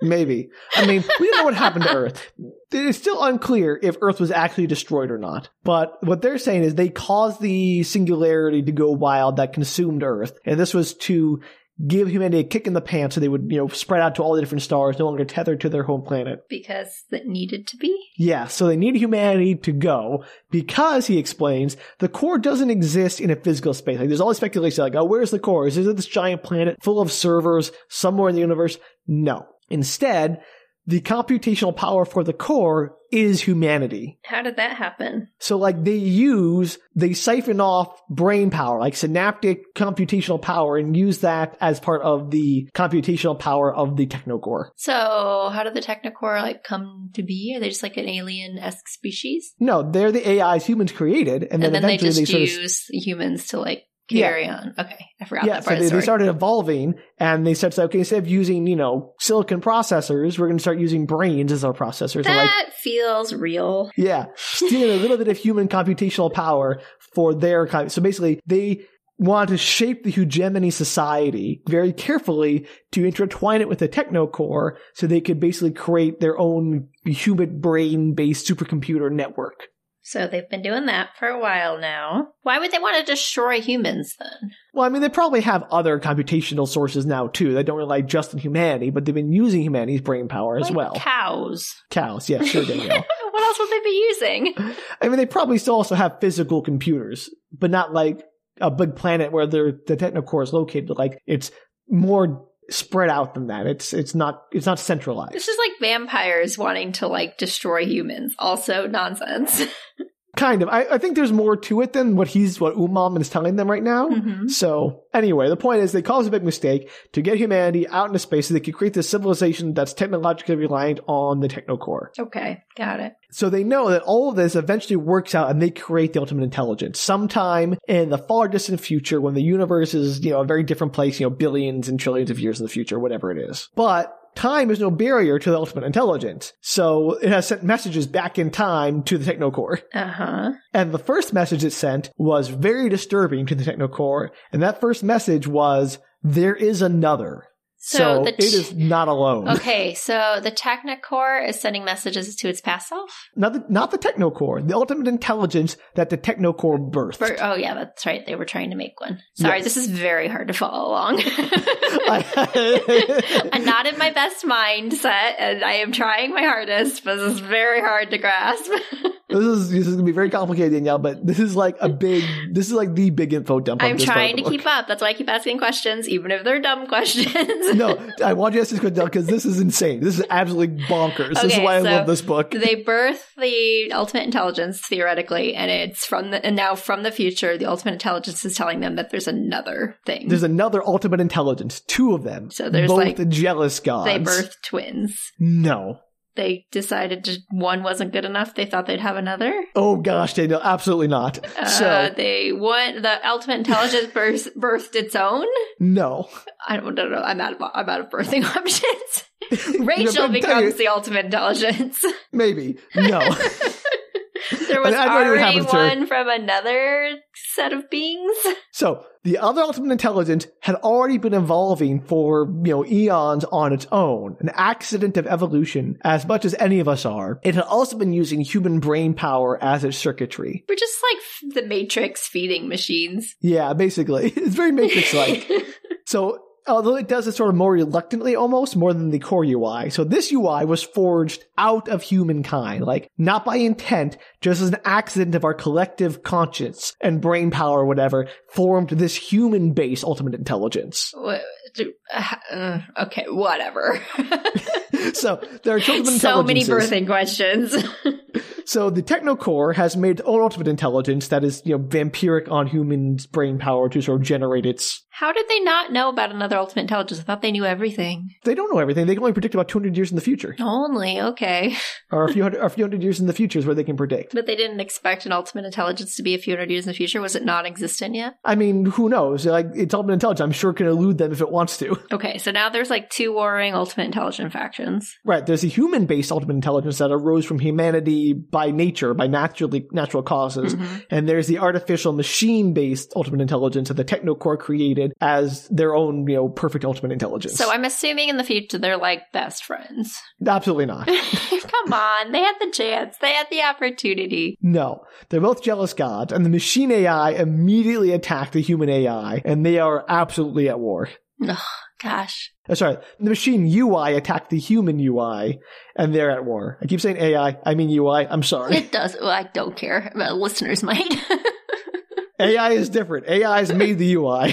S1: Maybe. I mean, we don't know what happened to Earth. It's still unclear if Earth was actually destroyed or not. But what they're saying is they caused the singularity to go wild that consumed Earth. And this was to give humanity a kick in the pants so they would, you know, spread out to all the different stars, no longer tethered to their home planet.
S2: because that needed to be.
S1: Yeah, so they need humanity to go because he explains the core doesn't exist in a physical space. Like there's all this speculation like, oh, where's the core? Is it this giant planet full of servers somewhere in the universe? No. Instead, the computational power for the core is humanity.
S2: How did that happen?
S1: So like they use, they siphon off brain power, like synaptic computational power and use that as part of the computational power of the technocore.
S2: So, how did the Technocore like come to be? Are they just like an alien-esque species,
S1: No, they're the AIs humans created and
S2: and,
S1: then,
S2: then they
S1: eventually
S2: just
S1: they sort of
S2: use humans to like
S1: Yeah.
S2: carry on? Okay, I forgot
S1: yeah,
S2: that part
S1: so
S2: of
S1: they,
S2: the
S1: they
S2: story.
S1: started evolving and they started to say, okay, instead of using, you know, silicon processors, we're going to start using brains as our processors. And like,
S2: that feels real.
S1: yeah, stealing a little bit of human computational power for their kind. So basically, they want to shape the hegemony society very carefully to intertwine it with the techno core so they could basically create their own human brain based supercomputer network.
S2: So they've been doing that for a while now. Why would they want to destroy humans then?
S1: Well, I mean, they probably have other computational sources now too. They don't rely just on humanity, but they've been using humanity's brain power as
S2: Like
S1: well.
S2: cows.
S1: Cows, yeah, sure, Danielle.
S2: what else would they be using?
S1: I mean, they probably still also have physical computers, but not like a big planet where the the technocore is located. Like it's more spread out than that. It's it's not it's not centralized.
S2: This is like vampires wanting to like destroy humans. Also nonsense.
S1: Kind of. I, I think there's more to it than what he's what Umam is telling them right now.
S2: Mhm.
S1: So anyway, the point is they caused a big mistake to get humanity out into space so they could create this civilization that's technologically reliant on the technocore.
S2: Okay, got it.
S1: So they know that all of this eventually works out and they create the ultimate intelligence sometime in the far distant future when the universe is, you know, a very different place, you know, billions and trillions of years in the future, whatever it is. But time is no barrier to the ultimate intelligence. So it has sent messages back in time to the Technocore.
S2: Uh huh.
S1: And the first message it sent was very disturbing to the Technocore. And that first message was, there is another. So,
S2: So, the
S1: it is not alone.
S2: okay. So the Technicore is sending messages to its past self.
S1: Not the, not the Technocore, the ultimate intelligence that the Technocore birthed.
S2: For, oh yeah, that's right. They were trying to make one. Sorry,
S1: Yes.
S2: this is very hard to follow along.
S1: I-
S2: I'm not in my best mindset, and I am trying my hardest, but this is very hard to grasp.
S1: this is this is gonna be very complicated, Danielle. But this is like a big. This is like the big info dump.
S2: I'm trying to keep up. That's why I keep asking questions, even if they're dumb questions.
S1: No, I want you to ask this question because this is insane. This is absolutely bonkers. this is
S2: Okay,
S1: why
S2: so
S1: I love this book.
S2: they birth the ultimate intelligence theoretically and it's from the and now from the future the ultimate intelligence is telling them that there's another thing
S1: There's another ultimate intelligence, two of them.
S2: So there's,
S1: both
S2: like,
S1: the jealous gods.
S2: they birth twins
S1: No.
S2: they decided to, one wasn't good enough they thought they'd have another
S1: Oh gosh, Danielle, absolutely not.
S2: uh,
S1: so
S2: they one the ultimate intelligence birth, birthed its own
S1: no.
S2: i don't, don't know i'm out of i'm out of birthing options
S1: You know,
S2: rachel
S1: but I'm telling
S2: becomes
S1: you,
S2: the ultimate intelligence
S1: maybe no.
S2: there was
S1: I know what
S2: already
S1: happens to her.
S2: one from another set of beings
S1: So the other ultimate intelligence had already been evolving for, you know, eons on its own, an accident of evolution as much as any of us are. It had also been using human brain power as its circuitry.
S2: we're just like f- the matrix feeding machines
S1: Yeah, basically. It's very matrix like. so although it does it sort of more reluctantly almost more than the core UI. So this UI was forged out of humankind, like not by intent, just as an accident of our collective conscience and brain power, or whatever, formed this human based ultimate intelligence.
S2: Wha- do- uh, uh, okay, whatever.
S1: so there are two ultimate
S2: so many
S1: intelligences.
S2: birthing questions.
S1: So the Technocore has made its own ultimate intelligence that is, you know, vampiric on humans' brain power to sort of generate its.
S2: How did they not know about another ultimate intelligence? I thought they knew everything.
S1: They don't know everything. They can only predict about 200 years in the future,
S2: Only okay,
S1: or a few hundred, or a few hundred years in the future is where they can predict.
S2: but they didn't expect an ultimate intelligence to be a few hundred years in the future. Was it non-existent yet?
S1: I mean, who knows? Like, it's ultimate intelligence. I'm sure it can elude them if it wants to.
S2: Okay, so now there's like two warring ultimate intelligent factions.
S1: Right. There's a human-based ultimate intelligence that arose from humanity by nature, by naturally natural causes,
S2: Mhm.
S1: and there's the artificial machine-based ultimate intelligence that the Technocore created as their own, you know, perfect ultimate intelligence.
S2: So I'm assuming in the future they're like best friends.
S1: absolutely not.
S2: Come on, they had the chance, they had the opportunity.
S1: No, they're both jealous gods, and the machine AI immediately attacked the human AI, and they are absolutely at war.
S2: Gosh,
S1: Uh, Sorry, the machine UI attacked the human UI, and they're at war. I keep saying AI, I mean UI, I'm sorry.
S2: it does. Well, I don't care. Well, listeners might.
S1: AI is different. AI's made the UI.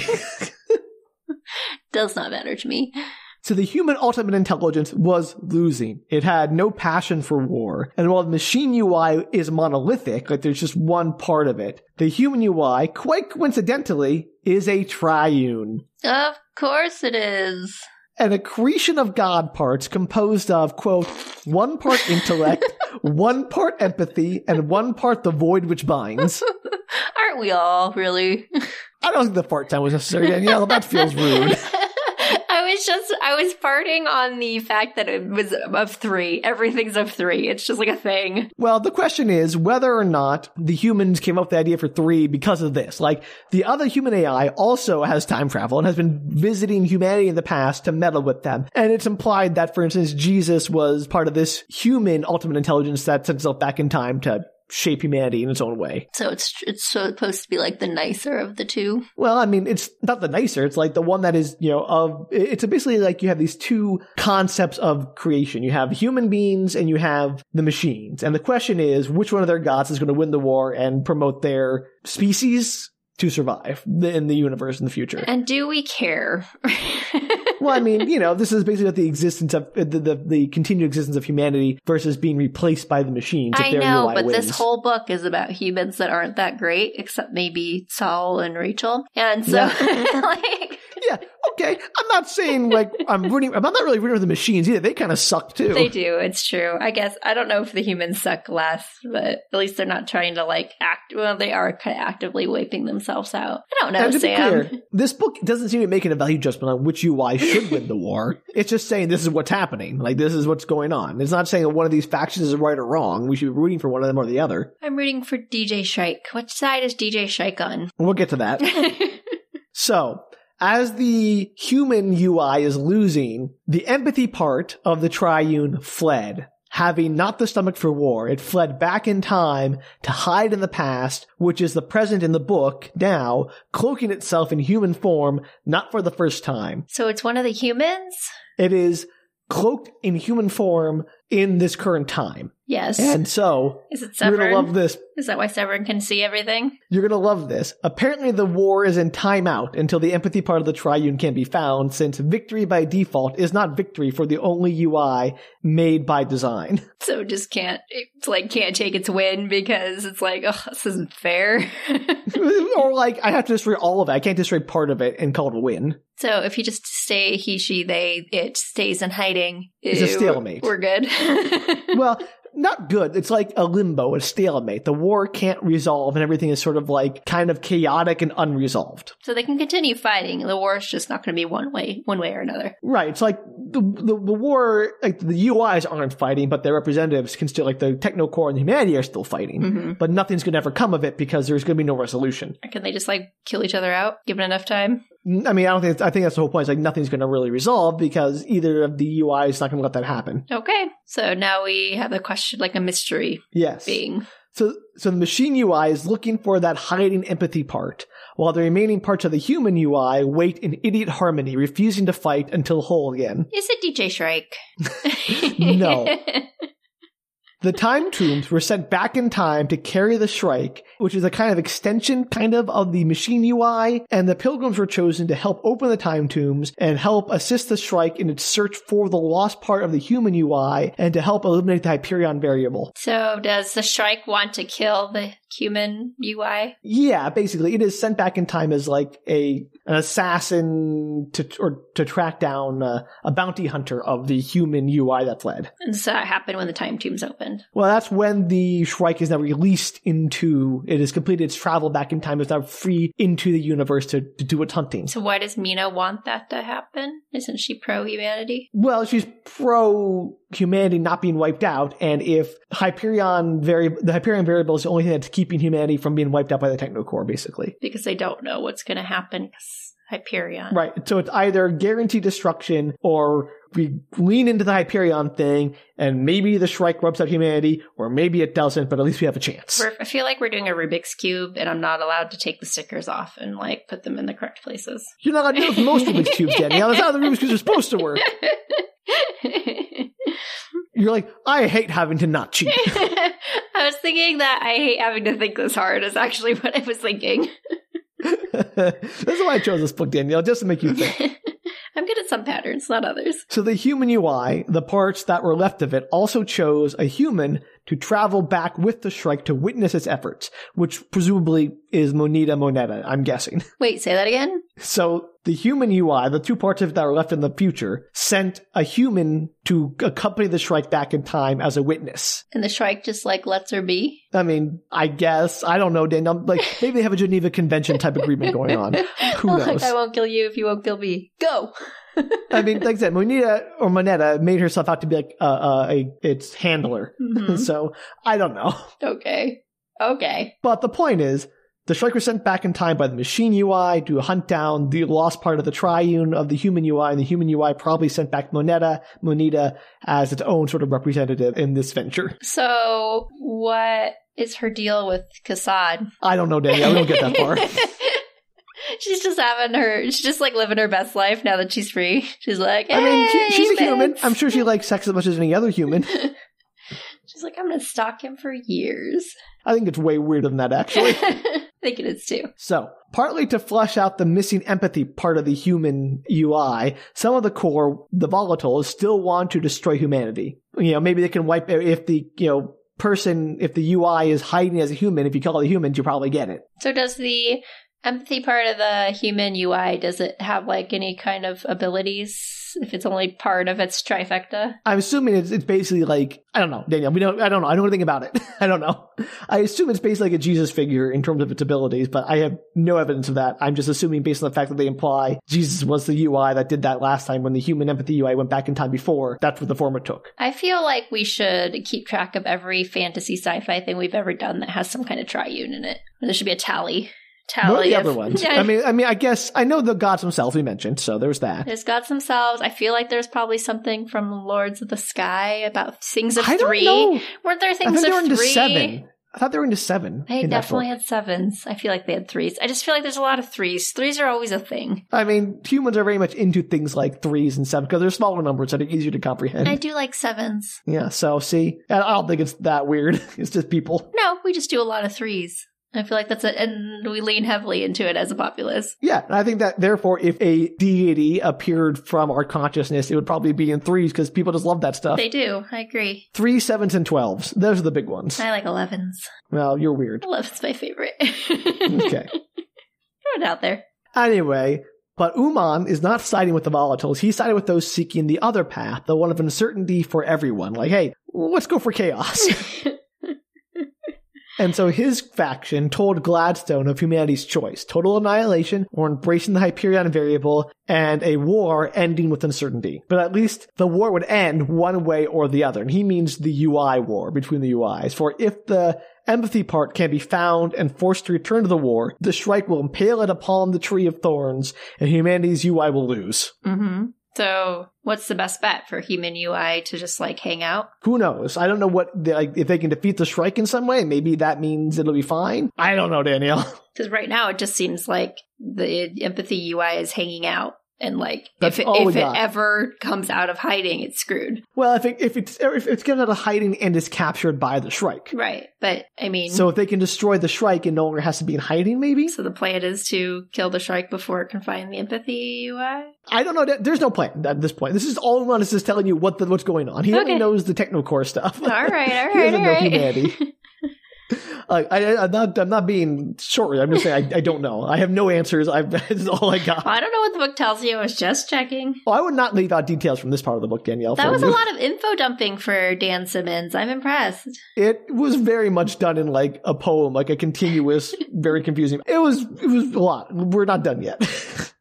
S2: does not matter to me.
S1: So the human ultimate intelligence was losing. It had no passion for war. And while the machine UI is monolithic, like there's just one part of it, the human UI, quite coincidentally, is a triune.
S2: Of course it is.
S1: an accretion of God parts composed of, quote, one part intellect, one part empathy, and one part the void which binds.
S2: Aren't we all really?
S1: I don't think the fart sound was necessary, Danielle. That feels rude.
S2: I was just I was farting on the fact that it was of three. Everything's of three. It's just like a thing.
S1: Well, the question is whether or not the humans came up with the idea for three because of this. Like, the other human AI also has time travel and has been visiting humanity in the past to meddle with them. And it's implied that, for instance, Jesus was part of this human ultimate intelligence that sent itself back in time to shape humanity in its own way.
S2: So it's it's supposed to be like the nicer of the two.
S1: Well, I mean, it's not the nicer. It's like the one that is, you know, of, it's basically like you have these two concepts of creation. You have human beings and you have the machines. And the question is, which one of their gods is going to win the war and promote their species to survive in the universe in the future?
S2: And do we care?
S1: well, I mean, you know, this is basically about the existence of the, the, the continued existence of humanity versus being replaced by the machines. If
S2: I
S1: their
S2: know,
S1: UI
S2: but
S1: wins.
S2: this whole book is about humans that aren't that great, except maybe Saul and Rachel. And so, like,
S1: yeah, okay. I'm not saying like I'm rooting. I'm not really rooting for the machines either. They kind of suck too.
S2: they do. It's true. I guess I don't know if the humans suck less, but at least they're not trying to like act. Well, they are kind of actively wiping themselves out. I don't know,
S1: And to
S2: Sam.
S1: be clear, this book doesn't seem to be making a value judgment on which UI should win the war. It's just saying this is what's happening. Like this is what's going on. It's not saying that one of these factions is right or wrong. We should be rooting for one of them or the other.
S2: I'm rooting for DJ Shike. Which side is DJ Shike on?
S1: We'll get to that. So, as the human UI is losing, the empathy part of the triune fled. Having not the stomach for war, it fled back in time to hide in the past, which is the present in the book now, cloaking itself in human form, not for the first time.
S2: so it's one of the humans.
S1: It is cloaked in human form in this current time.
S2: Yes.
S1: And so,
S2: is it
S1: you're going
S2: Severn?
S1: to love this.
S2: is that why Severn can see everything?
S1: You're going to love this. Apparently, the war is in timeout until the empathy part of the triune can be found, since victory by default is not victory for the only UI made by design.
S2: So it just can't. It's like can't take its win because it's like, oh, this isn't fair.
S1: or, like, I have to destroy all of it. I can't destroy part of it and call it a win.
S2: So if you just stay he, she, they, it stays in hiding.
S1: It's a
S2: Ew,
S1: stalemate.
S2: We're good.
S1: well, not good. It's like a limbo, a stalemate. The war can't resolve, and everything is sort of like kind of chaotic and unresolved.
S2: so they can continue fighting. The war is just not going to be one way, one way or another.
S1: Right. It's like the, the the war, like the UIs aren't fighting, but their representatives can still, like the Technocore and humanity are still fighting.
S2: Mm-hmm.
S1: But nothing's going to ever come of it because there's going to be no resolution.
S2: Can they just like kill each other out? Given enough time,
S1: N- I mean, I don't think I think that's the whole point. It's like nothing's going to really resolve because either of the UI is not going to let that happen.
S2: okay. So now we have a question, like a mystery
S1: Yes.
S2: being.
S1: So So the machine UI is looking for that hiding empathy part, while the remaining parts of the human UI wait in idiot harmony, refusing to fight until whole again.
S2: Is it DJ Shrike?
S1: No. The time tombs were sent back in time to carry the Shrike, which is a kind of extension, kind of, of the machine UI, and the pilgrims were chosen to help open the time tombs and help assist the Shrike in its search for the lost part of the human UI and to help eliminate the Hyperion variable.
S2: So, does the Shrike want to kill the human UI?
S1: Yeah, basically, it is sent back in time as like a an assassin to or to track down uh, a bounty hunter of the human UI that fled.
S2: And so that happened when the time tombs opened.
S1: Well, that's when the Shrike is now released into it has completed its travel back in time. It's now free into the universe to, to do its hunting.
S2: So, why does Mina want that to happen? Isn't she pro humanity?
S1: Well, she's pro humanity not being wiped out, and if Hyperion vari- the Hyperion variable is the only thing that's keeping humanity from being wiped out by the Technocore, basically.
S2: Because they don't know what's going to happen. 'cause Hyperion.
S1: Right. So it's either guaranteed destruction or we lean into the Hyperion thing and maybe the Shrike wipes out humanity, or maybe it doesn't, but at least we have a chance.
S2: We're, I feel like we're doing a Rubik's Cube and I'm not allowed to take the stickers off and like put them in the correct places.
S1: You're not allowed to do most Rubik's Cubes, Danielle. That's not how the Rubik's Cubes are supposed to work. You're like, I hate having to not cheat.
S2: I was thinking that I hate having to think this hard is actually what I was thinking.
S1: That's why I chose this book, Danielle, just to make you think.
S2: I'm good at some patterns, not others.
S1: So the human UI, the parts that were left of it, also chose a human to travel back with the Shrike to witness its efforts, which presumably is Monita Moneta, I'm guessing.
S2: Wait, say that again?
S1: So the human UI, the two parts of it that are left in the future, sent a human to accompany the Shrike back in time as a witness.
S2: And the Shrike just like lets her be?
S1: I mean, I guess, I don't know, Daniel, like maybe they have a Geneva Convention type agreement going on. Um, Who
S2: Like,
S1: knows?
S2: I won't kill you if you won't kill me. Go!
S1: I mean, like I said, Monita or Moneta made herself out to be like uh, uh, a, its handler.
S2: Mhm.
S1: So I don't know.
S2: okay. Okay.
S1: But the point is, the Shrike was sent back in time by the machine UI to hunt down the lost part of the triune of the human UI, and the human UI probably sent back Moneta, Monita as its own sort of representative in this venture.
S2: So, what is her deal with Kasad?
S1: I don't know, Danielle. We don't get that far.
S2: she's just having her, she's just like living her best life now that she's free. She's like,
S1: I mean, she,
S2: "Hey,
S1: she's a human.
S2: Vince."
S1: I'm sure she likes sex as much as any other human.
S2: she's like, I'm going to stalk him for years.
S1: I think it's way weirder than that, actually.
S2: I think it is too.
S1: So, partly to flush out the missing empathy part of the human UI, some of the core, the volatiles, still want to destroy humanity. You know, maybe they can wipe if the you know person, if the UI is hiding as a human. If you kill all the humans, you probably get it.
S2: So does the empathy part of the human UI does it have like any kind of abilities if it's only part of its trifecta?
S1: I'm assuming it's, it's basically like I don't know, Daniel. We don't. I don't know. I don't know anything about it. I don't know. I assume it's basically like a Jesus figure in terms of its abilities, but I have no evidence of that. I'm just assuming based on the fact that they imply Jesus was the UI that did that last time when the human empathy UI went back in time before. That's what the former took.
S2: I feel like we should keep track of every fantasy sci-fi thing we've ever done that has some kind of triune in it. There should be a tally.
S1: What are
S2: Tally
S1: the
S2: of-
S1: other ones? I mean, I mean, I guess I know the gods themselves we mentioned, so there's that.
S2: there's gods themselves. I feel like there's probably something from Lords of the Sky about things of
S1: I don't
S2: three.
S1: know.
S2: Weren't there
S1: I
S2: things
S1: thought they
S2: of
S1: were into
S2: three?
S1: seven. I thought they were into seven.
S2: They
S1: in that
S2: definitely
S1: book.
S2: had sevens. I feel like they had threes. I just feel like there's a lot of threes. Threes are always a thing.
S1: I mean, humans are very much into things like threes and seven because they're smaller numbers that are easier to comprehend.
S2: I do like sevens.
S1: yeah. So see, I I don't think it's that weird. it's just people.
S2: No, we just do a lot of threes. I feel like that's it, and we lean heavily into it as a populace.
S1: Yeah, and I think that therefore, if a deity appeared from our consciousness, it would probably be in threes because people just love that stuff.
S2: They do. I agree.
S1: Three, sevens, and twelves. Those are the big ones.
S2: I like elevens.
S1: Well, you're weird.
S2: Eleven's my favorite. okay,
S1: Okay.
S2: throw it out there.
S1: Anyway, but Uman is not siding with the volatiles. He's siding with those seeking the other path, the one of uncertainty for everyone. Like, hey, let's go for chaos. and so his faction told Gladstone of humanity's choice total annihilation or embracing the Hyperion variable and a war ending with uncertainty. But at least the war would end one way or the other. And he means the UI war between the UIs. For if the empathy part can be found and forced to return to the war, the Shrike will impale it upon the tree of thorns, and humanity's UI will lose.
S2: hmm So, what's the best bet for human UI to just like hang out?
S1: Who knows? I don't know what they, like if they can defeat the Shrike in some way. Maybe that means it'll be fine. I don't know, Danielle.
S2: Because right now it just seems like the empathy UI is hanging out. And like,
S1: That's
S2: if it,
S1: all we
S2: if it
S1: got.
S2: ever comes out of hiding, it's screwed.
S1: Well, if it, if it's if it's getting out of hiding and is captured by the Shrike,
S2: Right. But I mean,
S1: so if they can destroy the Shrike and no longer has to be in hiding, maybe
S2: so the plan is to kill the shark before it can find the empathy UI?
S1: I don't know. There's no plan at this point. This is all Ron is just telling you what the, what's going on. He only
S2: Okay.
S1: knows the technocore stuff.
S2: All right. All
S1: He
S2: right.
S1: doesn't
S2: All
S1: know
S2: right.
S1: humanity. Like, I, I'm not. I'm not being short. I'm just saying. I, I don't know. I have no answers. I've that's all I got.
S2: I don't know what the book tells you. I was just checking.
S1: Well, I would not leave out details from this part of the book, Danielle.
S2: That
S1: for
S2: was a
S1: you.
S2: lot of info dumping for Dan Simmons. I'm impressed.
S1: It was very much done in like a poem, like a continuous, very confusing. It was it was a lot. We're not done yet.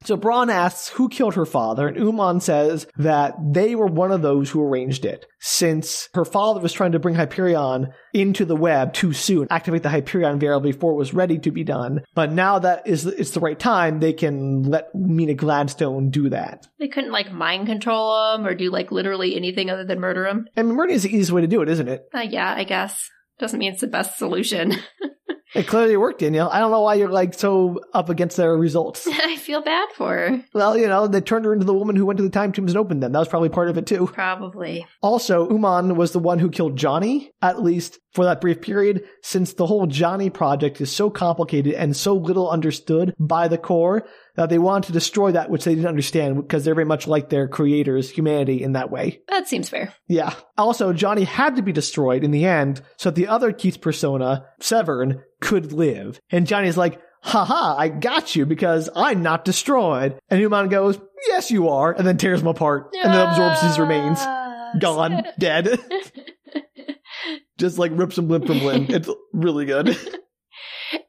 S1: so Braun asks who killed her father, and Uman says that they were one of those who arranged it, since her father was trying to bring Hyperion into the web too soon, activate the Hyperion variable before it was ready to be done. But now that is it's the right time, they can let Mina Gladstone do that.
S2: They couldn't like mind control him or do like literally anything other than murder him.
S1: And murdering is the easiest way to do it, isn't it?
S2: Uh, yeah, I guess. Doesn't mean it's the best solution.
S1: It clearly worked, Danielle. I don't know why you're like so up against their results.
S2: I feel bad for her.
S1: Well, you know, they turned her into the woman who went to the time tombs and opened them. That was probably part of it too.
S2: Probably.
S1: Also, Uman was the one who killed Johnny, at least for that brief period, since the whole Johnny project is so complicated and so little understood by the core that they wanted to destroy that which they didn't understand because they're very much like their creators, humanity, in that way.
S2: That seems fair.
S1: Yeah. Also, Johnny had to be destroyed in the end so that the other Keith persona, Severn, could live. And Johnny's like, haha, I got you because I'm not destroyed. And Human goes, yes, you are. And then tears him apart and then absorbs his remains.
S2: Yes.
S1: Gone. Dead. Just like rips him limb from limb. It's really good.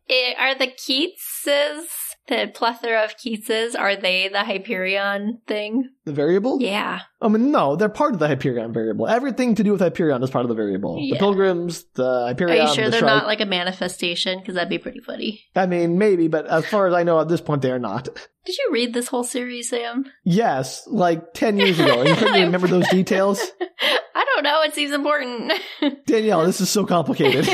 S2: Eh, are the Keatses, the plethora of Keatses, are they the Hyperion thing?
S1: The variable?
S2: Yeah.
S1: I mean, no, they're part of the Hyperion variable. Everything to do with Hyperion is part of the variable. The
S2: Yeah.
S1: pilgrims, the
S2: Are
S1: Hyperion,
S2: you sure
S1: the
S2: they're
S1: Shrike.
S2: not like a manifestation? Because that'd be pretty funny.
S1: I mean, maybe, but as far as I know at this point, they are not.
S2: Did you read this whole series, Sam?
S1: Yes, like 10 years ago. You couldn't remember those details?
S2: I don't know. It seems important.
S1: Danielle, this is so complicated.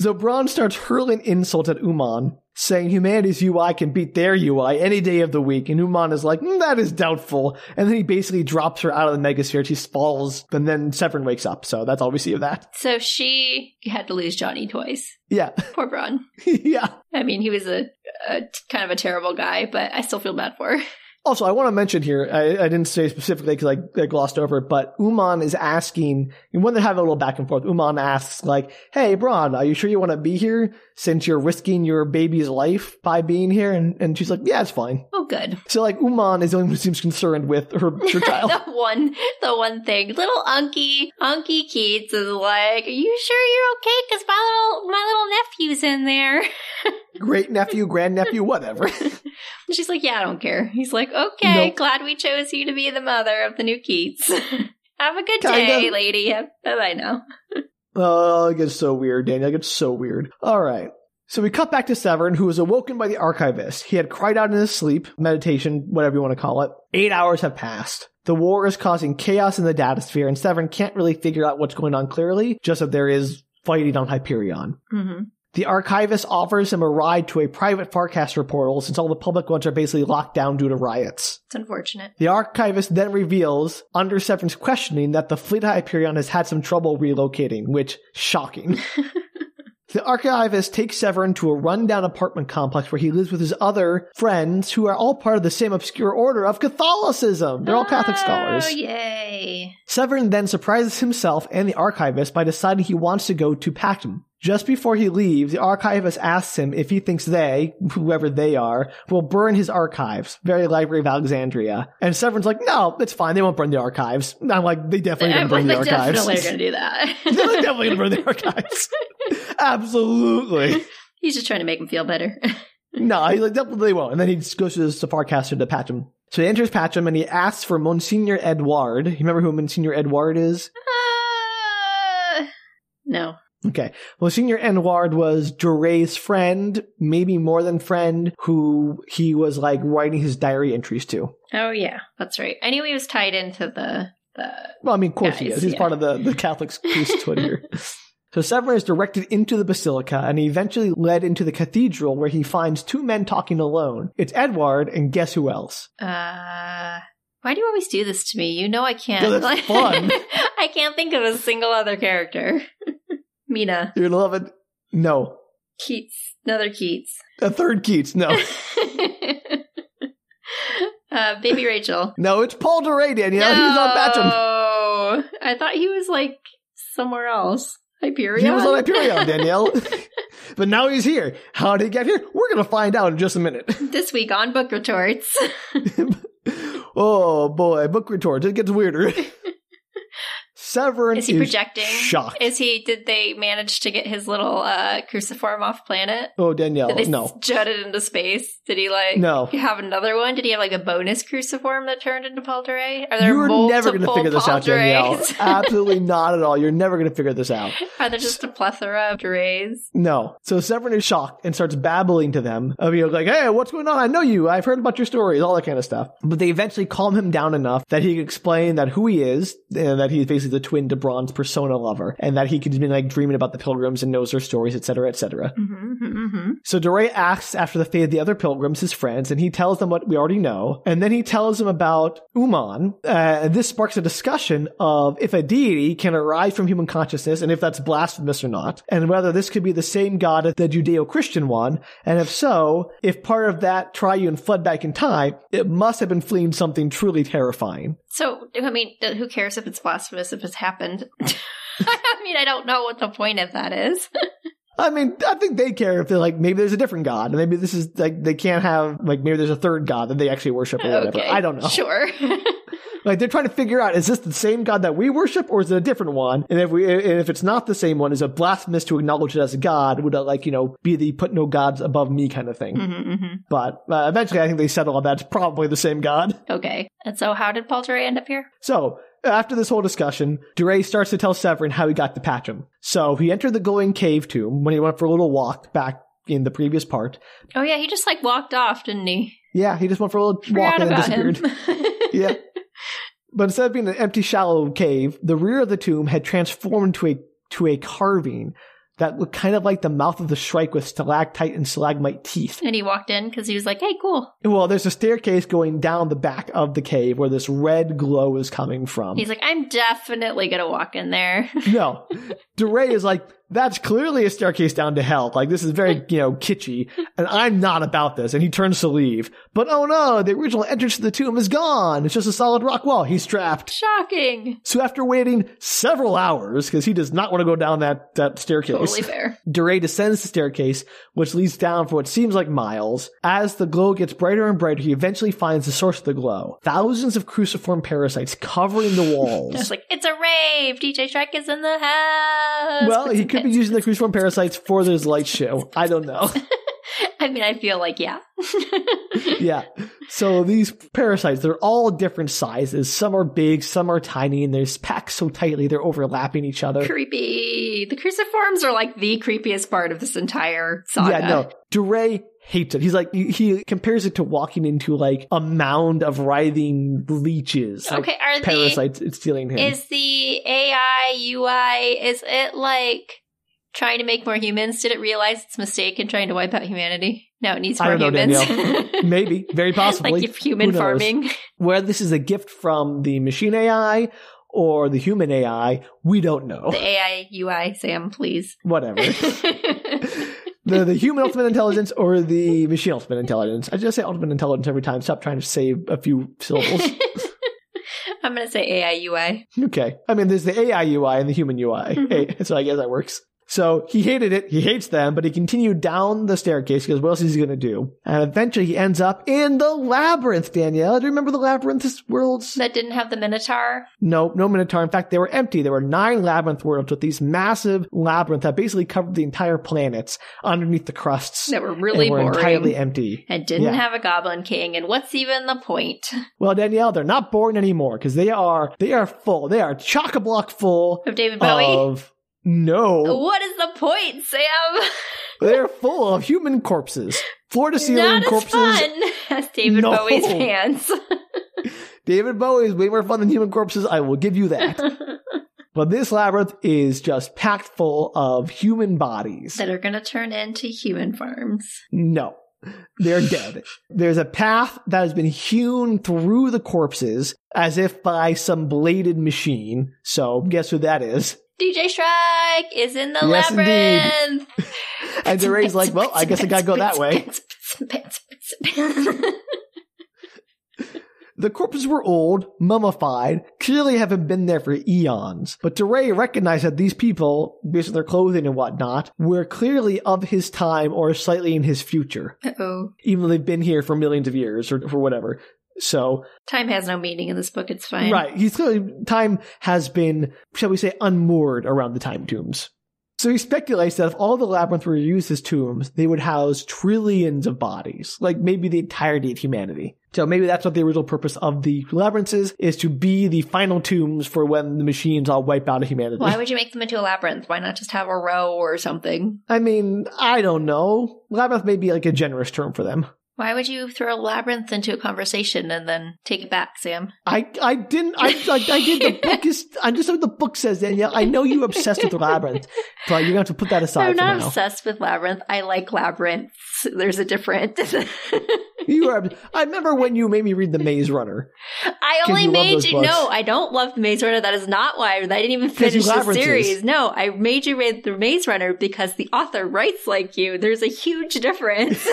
S1: So Braun starts hurling insults at Uman, saying humanity's UI can beat their UI any day of the week. And Uman is like, "Mm, that is doubtful. And then he basically drops her out of the megasphere. She falls, and then Severin wakes up. So that's all we see of that.
S2: so she had to lose Johnny twice.
S1: Yeah.
S2: Poor Braun.
S1: yeah.
S2: I mean, he was a, a t- kind of a terrible guy, but I still feel bad for her.
S1: Also, I want to mention here, I, I didn't say specifically because I, I glossed over it, but Uman is asking, and when they have a little back and forth, Uman asks, like, hey, Braun, are you sure you want to be here since you're risking your baby's life by being here? And, and she's like, yeah, it's fine.
S2: Oh, good.
S1: So, like, Uman is the only one who seems concerned with her, her child.
S2: the one, the one thing. Little Unky, Unky Keats is like, "Are you sure you're okay? Because my little, my little nephew's in there."
S1: Great nephew, grand nephew, whatever.
S2: And She's like, "Yeah, I don't care." He's like, "Okay,
S1: Nope.
S2: glad we chose you to be the mother of the new Keats. Have a good
S1: Kinda.
S2: day, lady. Bye bye now."
S1: Oh, it gets so weird, Daniel. It gets so weird. All right. So we cut back to Severn, who was awoken by the archivist. He had cried out in his sleep, meditation, whatever you want to call it. Eight hours have passed. The war is causing chaos in the datasphere, and Severn can't really figure out what's going on clearly, just that there is fighting on Hyperion.
S2: Mm-hmm.
S1: The archivist offers him a ride to a private Farcaster portal, since all the public ones are basically locked down due to riots.
S2: It's unfortunate.
S1: The archivist then reveals, under Severn's questioning, that the fleet Hyperion has had some trouble relocating, which shocking. the archivist takes Severn to a rundown apartment complex where he lives with his other friends, who are all part of the same obscure order of Catholicism. They're all Catholic
S2: oh,
S1: scholars.
S2: Yay!
S1: Severn then surprises himself and the archivist by deciding he wants to go to Pactum. Just before he leaves, the archivist asks him if he thinks they, whoever they are, will burn his archives, very Library of Alexandria. And Severn's like, no, it's fine, they won't burn the archives. And I'm like, they definitely
S2: They're
S1: didn't burn the archives.
S2: definitely gonna do that.
S1: They're definitely gonna burn the archives. Absolutely.
S2: He's just trying to make him feel better.
S1: No, he's like, definitely they won't. And then he just goes to the Safarcaster to Patcham. So he enters Patcham and he asks for Monsignor Edouard. You remember who Monsignor Edouard is?
S2: Uh, Ah. no.
S1: Okay. Well, Senior Enward was Duray's friend, maybe more than friend, who he was like writing his diary entries to.
S2: Oh yeah, that's right. I knew he was tied into the the
S1: Well, I mean, of course he
S2: Guys,
S1: is. He's
S2: yeah.
S1: part of the, the Catholic priesthood here. So Severin is directed into the basilica and he eventually led into the cathedral where he finds two men talking alone. It's Edward and guess who else?
S2: uh why do you always do this to me? You know I can't.
S1: No, that's fun.
S2: I can't think of a single other character. Mina,
S1: You're gonna love it. No.
S2: Keats, another Keats.
S1: A third Keats. No.
S2: uh, baby Rachel.
S1: No, it's Paul Duray, Danielle. He's on Batcham.
S2: No. I thought he was like somewhere else. Hyperion.
S1: He was on Hyperion, Danielle. but now he's here. How did he get here? We're going to find out in just a minute.
S2: this week on Book Retorts.
S1: oh, boy. Book retorts. It gets weirder. Severin
S2: Is he projecting?
S1: shocked.
S2: Is he? Did they manage to get his little uh, cruciform off planet?
S1: oh, Danielle.
S2: Did they
S1: No.
S2: jut it into space? Did he like
S1: No.
S2: have another one? Did he have like a bonus cruciform that turned into Palderay? Are there
S1: You're never going to
S2: multiple
S1: figure this out, Danielle.
S2: Paldereys?
S1: Absolutely not at all. You're never going to figure this out.
S2: Are there just a plethora of Durays?
S1: No. So Severin is shocked and starts babbling to them. Of you know, like, hey, what's going on? I know you. I've heard about your stories, all that kind of stuff. But they eventually calm him down enough that he can explain that who he is and that he's basically the twin to Bron's persona lover and that he can been like dreaming about the pilgrims and knows their stories, etc., etc.
S2: Mm-hmm,
S1: So Doray asks after the fate of the other pilgrims, his friends, and he tells them what we already know. And then he tells them about Uman. Uh, and this sparks a discussion of if a deity can arise from human consciousness and if that's blasphemous or not, and whether this could be the same god as the Judeo-Christian one. And if so, if part of that triune fled back in time, it must have been fleeing something truly terrifying.
S2: So, I mean, th- who cares if it's blasphemous if it's happened? I mean, I don't know what the point of that is.
S1: I mean, I think they care if they're like, maybe there's a different god, and maybe this is like, they can't have, like, maybe there's a third god that they actually worship or whatever.
S2: okay,
S1: I don't know.
S2: Sure.
S1: Like they're trying to figure out is this the same God that we worship or is it a different one? And if we and if it's not the same one, is it blasphemous to acknowledge it as a God? Would it like you know be the put no gods above me kind of thing?
S2: Mhm, mhm.
S1: But uh, eventually, I think they settle on that's probably the same God.
S2: Okay. And so, how did Palderay end up here?
S1: So after this whole discussion, Duray starts to tell Severin how he got to Patcham. So he entered the glowing cave tomb when he went for a little walk back in the previous part.
S2: Oh yeah, he just like walked off, didn't he?
S1: Yeah, he just went for a little walk
S2: Forgot
S1: and then
S2: about
S1: disappeared.
S2: him.
S1: yeah. But instead of being an empty, shallow cave, the rear of the tomb had transformed to a to a carving that looked kind of like the mouth of the shrike with stalactite and stalagmite teeth.
S2: and he walked in because he was like, "Hey, cool."
S1: Well, there's a staircase going down the back of the cave where this red glow is coming from.
S2: He's like, "I'm definitely gonna walk in there."
S1: no, DeRay is like, that's clearly a staircase down to hell. Like this is very, you know, kitschy, and I'm not about this. And he turns to leave, but oh no, the original entrance to the tomb is gone. It's just a solid rock wall. He's trapped.
S2: Shocking.
S1: So after waiting several hours, because he does not want to go down that, that staircase,
S2: Totally fair.
S1: Duray descends the staircase, which leads down for what seems like miles. As the glow gets brighter and brighter, he eventually finds the source of the glow. Thousands of cruciform parasites covering the
S2: I was
S1: walls.
S2: like, "It's a rave. DJ Shrek is in the house."
S1: well, he could be using the cruciform parasites for this light show. I don't know.
S2: I mean, I feel like, yeah.
S1: yeah. So these parasites, they're all different sizes. Some are big, some are tiny, and they're packed so tightly they're overlapping each other.
S2: Creepy. The cruciforms are like the creepiest part of this entire saga.
S1: Yeah, no. DeRay hates it. He's like he, he compares it to walking into like a mound of writhing leeches. like,
S2: Okay, are the
S1: Parasites it's stealing him.
S2: is the AI UI is it like trying to make more humans? Did it realize its mistake in trying to wipe out humanity? Now it needs
S1: I
S2: more
S1: don't know,
S2: humans.
S1: Maybe, very possibly.
S2: like if human
S1: Who knows?
S2: farming.
S1: Whether this is a gift from the machine AI or the human AI, we don't know.
S2: The AI UI, Sam, please.
S1: Whatever. the the human ultimate intelligence or the machine ultimate intelligence. I just say ultimate intelligence every time. Stop trying to save a few syllables.
S2: I'm gonna say AI UI.
S1: Okay. I mean, there's the AI UI and the human UI.
S2: Mhm.
S1: Hey, so I guess that works. So he hated it. He hates them, but he continued down the staircase because what else is he going to do? And eventually he ends up in the labyrinth, Danielle. Do you remember the labyrinth this worlds?
S2: That didn't have the Minotaur.
S1: No, no Minotaur. In fact, they were empty. There were nine labyrinth worlds with these massive labyrinth that basically covered the entire planets underneath the crusts.
S2: That were really
S1: and were
S2: boring.
S1: entirely empty.
S2: and didn't
S1: Yeah.
S2: have a Goblin King. And what's even the point
S1: Well, Danielle, they're not boring anymore because they are, they are full. They are chock-a-block full
S2: of David Bowie? Oh,
S1: of No.
S2: What is the point, Sam?
S1: They're full of human corpses. Floor to ceiling
S2: Not as
S1: corpses.
S2: fun as David
S1: No.
S2: Bowie's hands.
S1: David Bowie is way more fun than human corpses. I will give you that. but this labyrinth is just packed full of human bodies.
S2: that are going to turn into human farms.
S1: No, they're dead. There's a path that has been hewn through the corpses as if by some bladed machine. So guess who that is?
S2: DJ Shrek is in the
S1: Yes, indeed.
S2: labyrinth.
S1: And Duray's like, well, I guess I gotta go that way. The corpses were old, mummified, clearly haven't been there for eons. But Duray recognized that these people, based on their clothing and whatnot, were clearly of his time or slightly in his future,
S2: oh,
S1: even though they've been here for millions of years or for whatever. So
S2: time has no meaning in this book. It's fine.
S1: Right. He's clearly time has been, shall we say, unmoored around the time tombs. So he speculates that if all the labyrinth were used as tombs, they would house trillions of bodies, like maybe the entirety of humanity. So maybe that's what the original purpose of the labyrinths is, is to be the final tombs for when the machines all wipe out of humanity.
S2: Why would you make them into a labyrinth? Why not just have a row or something?
S1: I mean, I don't know. Labyrinth may be like a generous term for them.
S2: Why would you throw a labyrinth into a conversation and then take it back, Sam?
S1: I I didn't I like I did the book is I just know what the book says Danielle. I know you're obsessed with the labyrinth, but you're gonna have to put that aside
S2: I'm
S1: for
S2: not
S1: now.
S2: obsessed with labyrinth. I like labyrinths. There's a different.
S1: You are. I remember when you made me read The Maze Runner
S2: I
S1: 'Cause
S2: only
S1: you love
S2: made
S1: those
S2: you.
S1: books.
S2: No, I don't love the Maze Runner. That is not why. I didn't even
S1: 'Cause you
S2: finish the
S1: labyrinths.
S2: series. No, I made you read the Maze Runner because the author writes like you. There's a huge difference.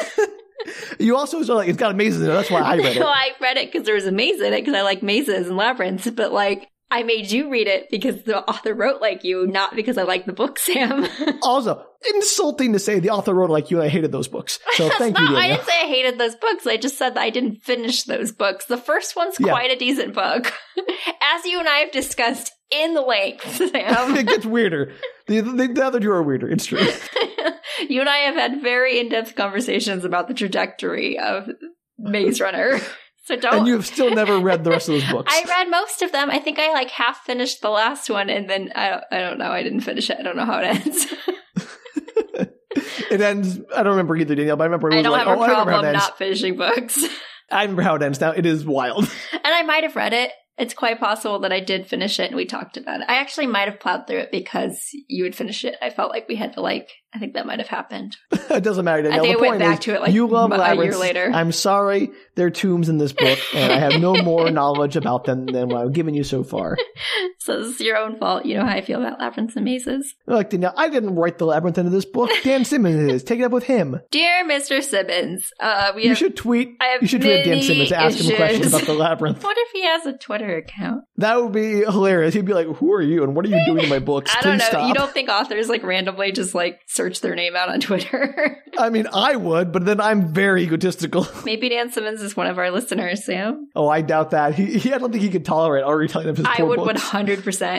S1: You also was like, it's got a maze in there. That's why I read
S2: no,
S1: it.
S2: I read it because there was a maze in it because I like mazes and labyrinths. But like, I made you read it because the author wrote like you, not because I like the book, Sam.
S1: Also, insulting to say the author wrote like you and I hated those books. So
S2: That's
S1: thank you,
S2: not. I
S1: Daniel.
S2: didn't say I hated those books. I just said that I didn't finish those books. The first one's
S1: Yeah.
S2: quite a decent book, as you and I have discussed in the length, Sam.
S1: it gets weirder. The, the, the other two are weirder. It's true.
S2: you and I have had very in-depth conversations about the trajectory of Maze Runner. So
S1: And
S2: don't.
S1: you have still never read the rest of those books.
S2: Oh. I read most of them. I think I like half finished the last one, and then I I don't know. I didn't finish it. I don't know how it ends.
S1: It ends. I don't remember either, Danielle. But I remember. It was
S2: I don't
S1: like,
S2: have a
S1: oh, I remember how
S2: problem
S1: it ends.
S2: not finishing books,
S1: I remember how it ends. Now it is wild.
S2: and I might have read it. It's quite possible that I did finish it, and we talked about it. I actually might have plowed through it because you would finish it. I felt like we had to like. I think that might have happened.
S1: it doesn't matter, Danielle.
S2: think
S1: the
S2: I went
S1: point
S2: back
S1: is,
S2: to it, like,
S1: you love
S2: a year
S1: labyrinths.
S2: later.
S1: I'm sorry, there are tombs in this book, and I have no more knowledge about them than what I've given you so far.
S2: So this is your own fault. You know how I feel about labyrinths and mazes.
S1: Look, Danielle, I didn't write the labyrinth into this book. Dan Simmons is. Take it up with him.
S2: Dear Mr. Simmons, uh, we
S1: You
S2: have.
S1: should tweet.
S2: I have
S1: You should tweet at Dan
S2: many
S1: Simmons to ask him questions
S2: issues.
S1: about the labyrinth.
S2: what if he has a Twitter account?
S1: That would be hilarious. He'd be like, "Who are you? And what are you doing in my books?
S2: I
S1: Please
S2: don't know.
S1: stop."
S2: You don't think authors like randomly just like search their name out on Twitter?
S1: I mean, I would, but then I'm very egotistical.
S2: Maybe Dan Simmons is one of our listeners, Sam.
S1: oh, I doubt that. He, he I don't think he could tolerate our retelling of his
S2: I
S1: poor
S2: would
S1: books.
S2: 100%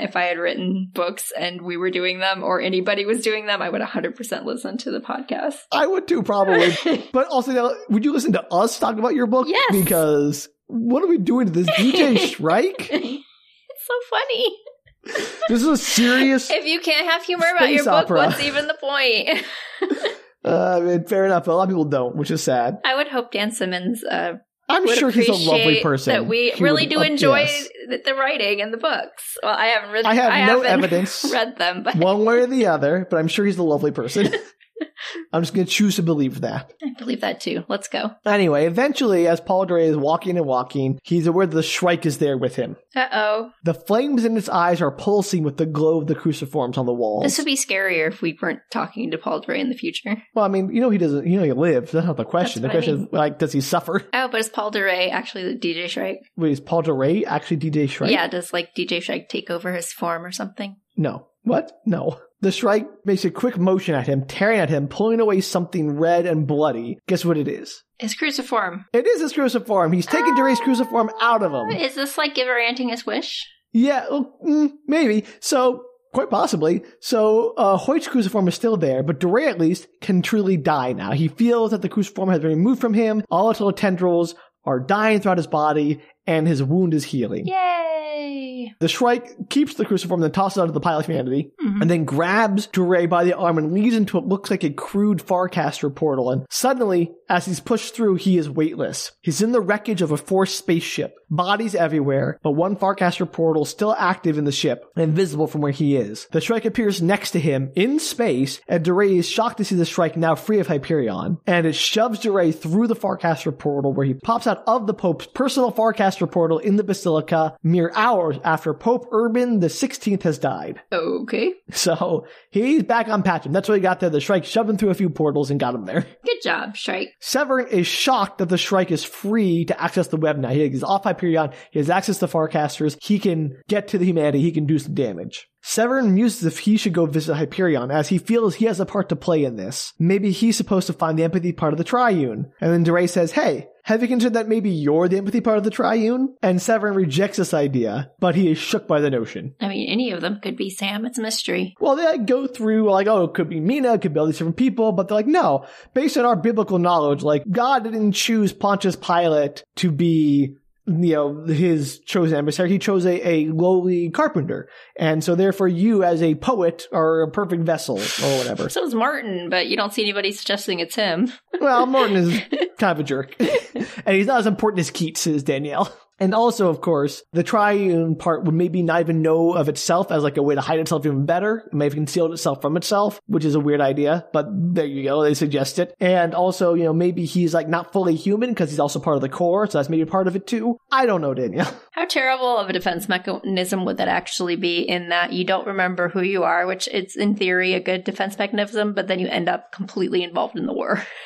S2: if I had written books and we were doing them or anybody was doing them, I would 100% listen to the podcast.
S1: I would too, probably. but also, now, would you listen to us talk about your book?
S2: Yes.
S1: Because what are we doing to this DJ Shrike?
S2: it's so funny.
S1: This is a serious.
S2: If you can't have humor about your
S1: Space
S2: book,
S1: opera.
S2: what's even the point?
S1: Uh, I mean, fair enough. But a lot of people don't, which is sad.
S2: I would hope Dan Simmons uh,
S1: I'm
S2: would
S1: sure he's a lovely
S2: appreciate
S1: person.
S2: that we
S1: He
S2: really
S1: would-
S2: do
S1: uh,
S2: enjoy
S1: yes.
S2: th- the writing and the books. Well, I haven't read.
S1: I have no
S2: haven't
S1: evidence.
S2: read them, but
S1: one way or the other, but I'm sure he's a lovely person. I'm just going to choose to believe that.
S2: I believe that too. Let's go.
S1: Anyway, eventually, as Paul Dre is walking and walking, he's aware that the Shrike is there with him.
S2: Uh oh,
S1: The flames in its eyes are pulsing with the glow of the cruciforms on the walls.
S2: this would be scarier if we weren't talking to Paul Dre in the future.
S1: well, I mean, you know he doesn't. You know he lives. That's not the question. The
S2: That's what I
S1: question is like, does he suffer?
S2: Oh, but is Paul Dre actually the DJ Shrike?
S1: Wait, is Paul Dre actually DJ Shrike?
S2: Yeah, does like DJ Shrike take over his form or something?
S1: No. What? No. The Shrike makes a quick motion at him, tearing at him, pulling away something red and bloody. Guess what it is?
S2: His cruciform.
S1: It is his cruciform. He's taken Dre's cruciform out of him.
S2: Oh, Is this like Giver Anting his wish?
S1: Yeah, well, mm, maybe. So, quite possibly. So, uh, Hoyt's cruciform is still there, but Duray at least can truly die now. He feels that the cruciform has been removed from him, all its little tendrils are dying throughout his body, and his wound is healing.
S2: Yay! Yay.
S1: The Shrike keeps the cruciform, then tosses it out to the pile of humanity,
S2: Mhm.
S1: and then grabs Duray by the arm and leads into what looks like a crude Farcaster portal. And suddenly, as he's pushed through, he is weightless. He's in the wreckage of a forced spaceship, bodies everywhere, but one Farcaster portal still active in the ship and visible from where he is. The Shrike appears next to him in space, and Duray is shocked to see the Shrike now free of Hyperion, and it shoves Duray through the Farcaster portal where he pops out of the Pope's personal Farcaster portal in the Basilica mere hours after Pope Urban the 16th has died.
S2: Okay.
S1: So he's back on Patcham. That's what he got there. The Shrike shoved him through a few portals and got him there.
S2: Good job, Shrike.
S1: Severn is shocked that the Shrike is free to access the web now. He's off Hyperion. He has access to Farcasters. He can get to the humanity. He can do some damage. Severn muses if he should go visit Hyperion, as he feels he has a part to play in this. Maybe he's supposed to find the empathy part of the triune. And then DeRay says, hey, have you considered that maybe you're the empathy part of the triune? And Severn rejects this idea, but he is shook by the notion.
S2: I mean, any of them could be Sam. It's a mystery.
S1: Well, they like, go through like, oh, it could be Mina, it could be all these different people, but they're like, no, based on our biblical knowledge, like God didn't choose Pontius Pilate to be, you know, his chosen emissary. He chose a, a lowly carpenter, and so therefore, you as a poet are a perfect vessel or whatever.
S2: So is Martin, but you don't see anybody suggesting it's him.
S1: well, Morton is kind of a jerk, and he's not as important as Keats is Danielle. And also, of course, the triune part would maybe not even know of itself as like a way to hide itself even better. It may have concealed itself from itself, which is a weird idea, but there you go. They suggest it. And also, you know, maybe he's like not fully human because he's also part of the core. So that's maybe part of it too. I don't know, Danielle.
S2: How terrible of a defense mechanism would that actually be in that you don't remember who you are, which it's in theory a good defense mechanism, but then you end up completely involved in the war.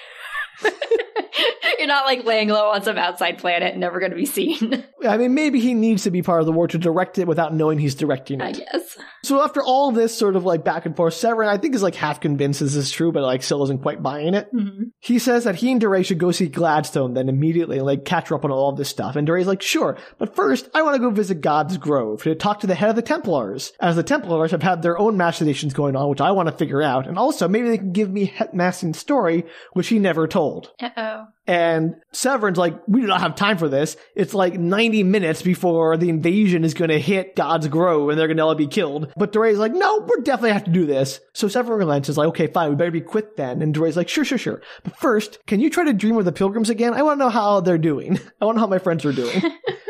S2: You're not like laying low on some outside planet, never going to be seen,
S1: I mean, maybe he needs to be part of the war to direct it without knowing he's directing
S2: I
S1: it.
S2: guess.
S1: So after all this sort of like back and forth, Severin, I think is like half convinced this is true, but like still isn't quite buying it.
S2: Mhm.
S1: He says that he and Duray should go see Gladstone then immediately, like, catch her up on all of this stuff. And Duray's like, sure, but first, I want to go visit God's Grove to talk to the head of the Templars, as the Templars have had their own machinations going on, which I want to figure out. And also, maybe they can give me Het Massin's story, which he never told.
S2: Uh oh.
S1: And Severin's like, we do not have time for this. It's like 90 minutes before the invasion is going to hit God's Grove and they're going to all be killed. But Duray's like, no, we're definitely have to do this. So Severin relents is like, okay, fine, we better be quick then. And Duray's like, sure, sure, sure. But first, can you try to dream of the pilgrims again? I want to know how they're doing. I want to know how my friends are doing.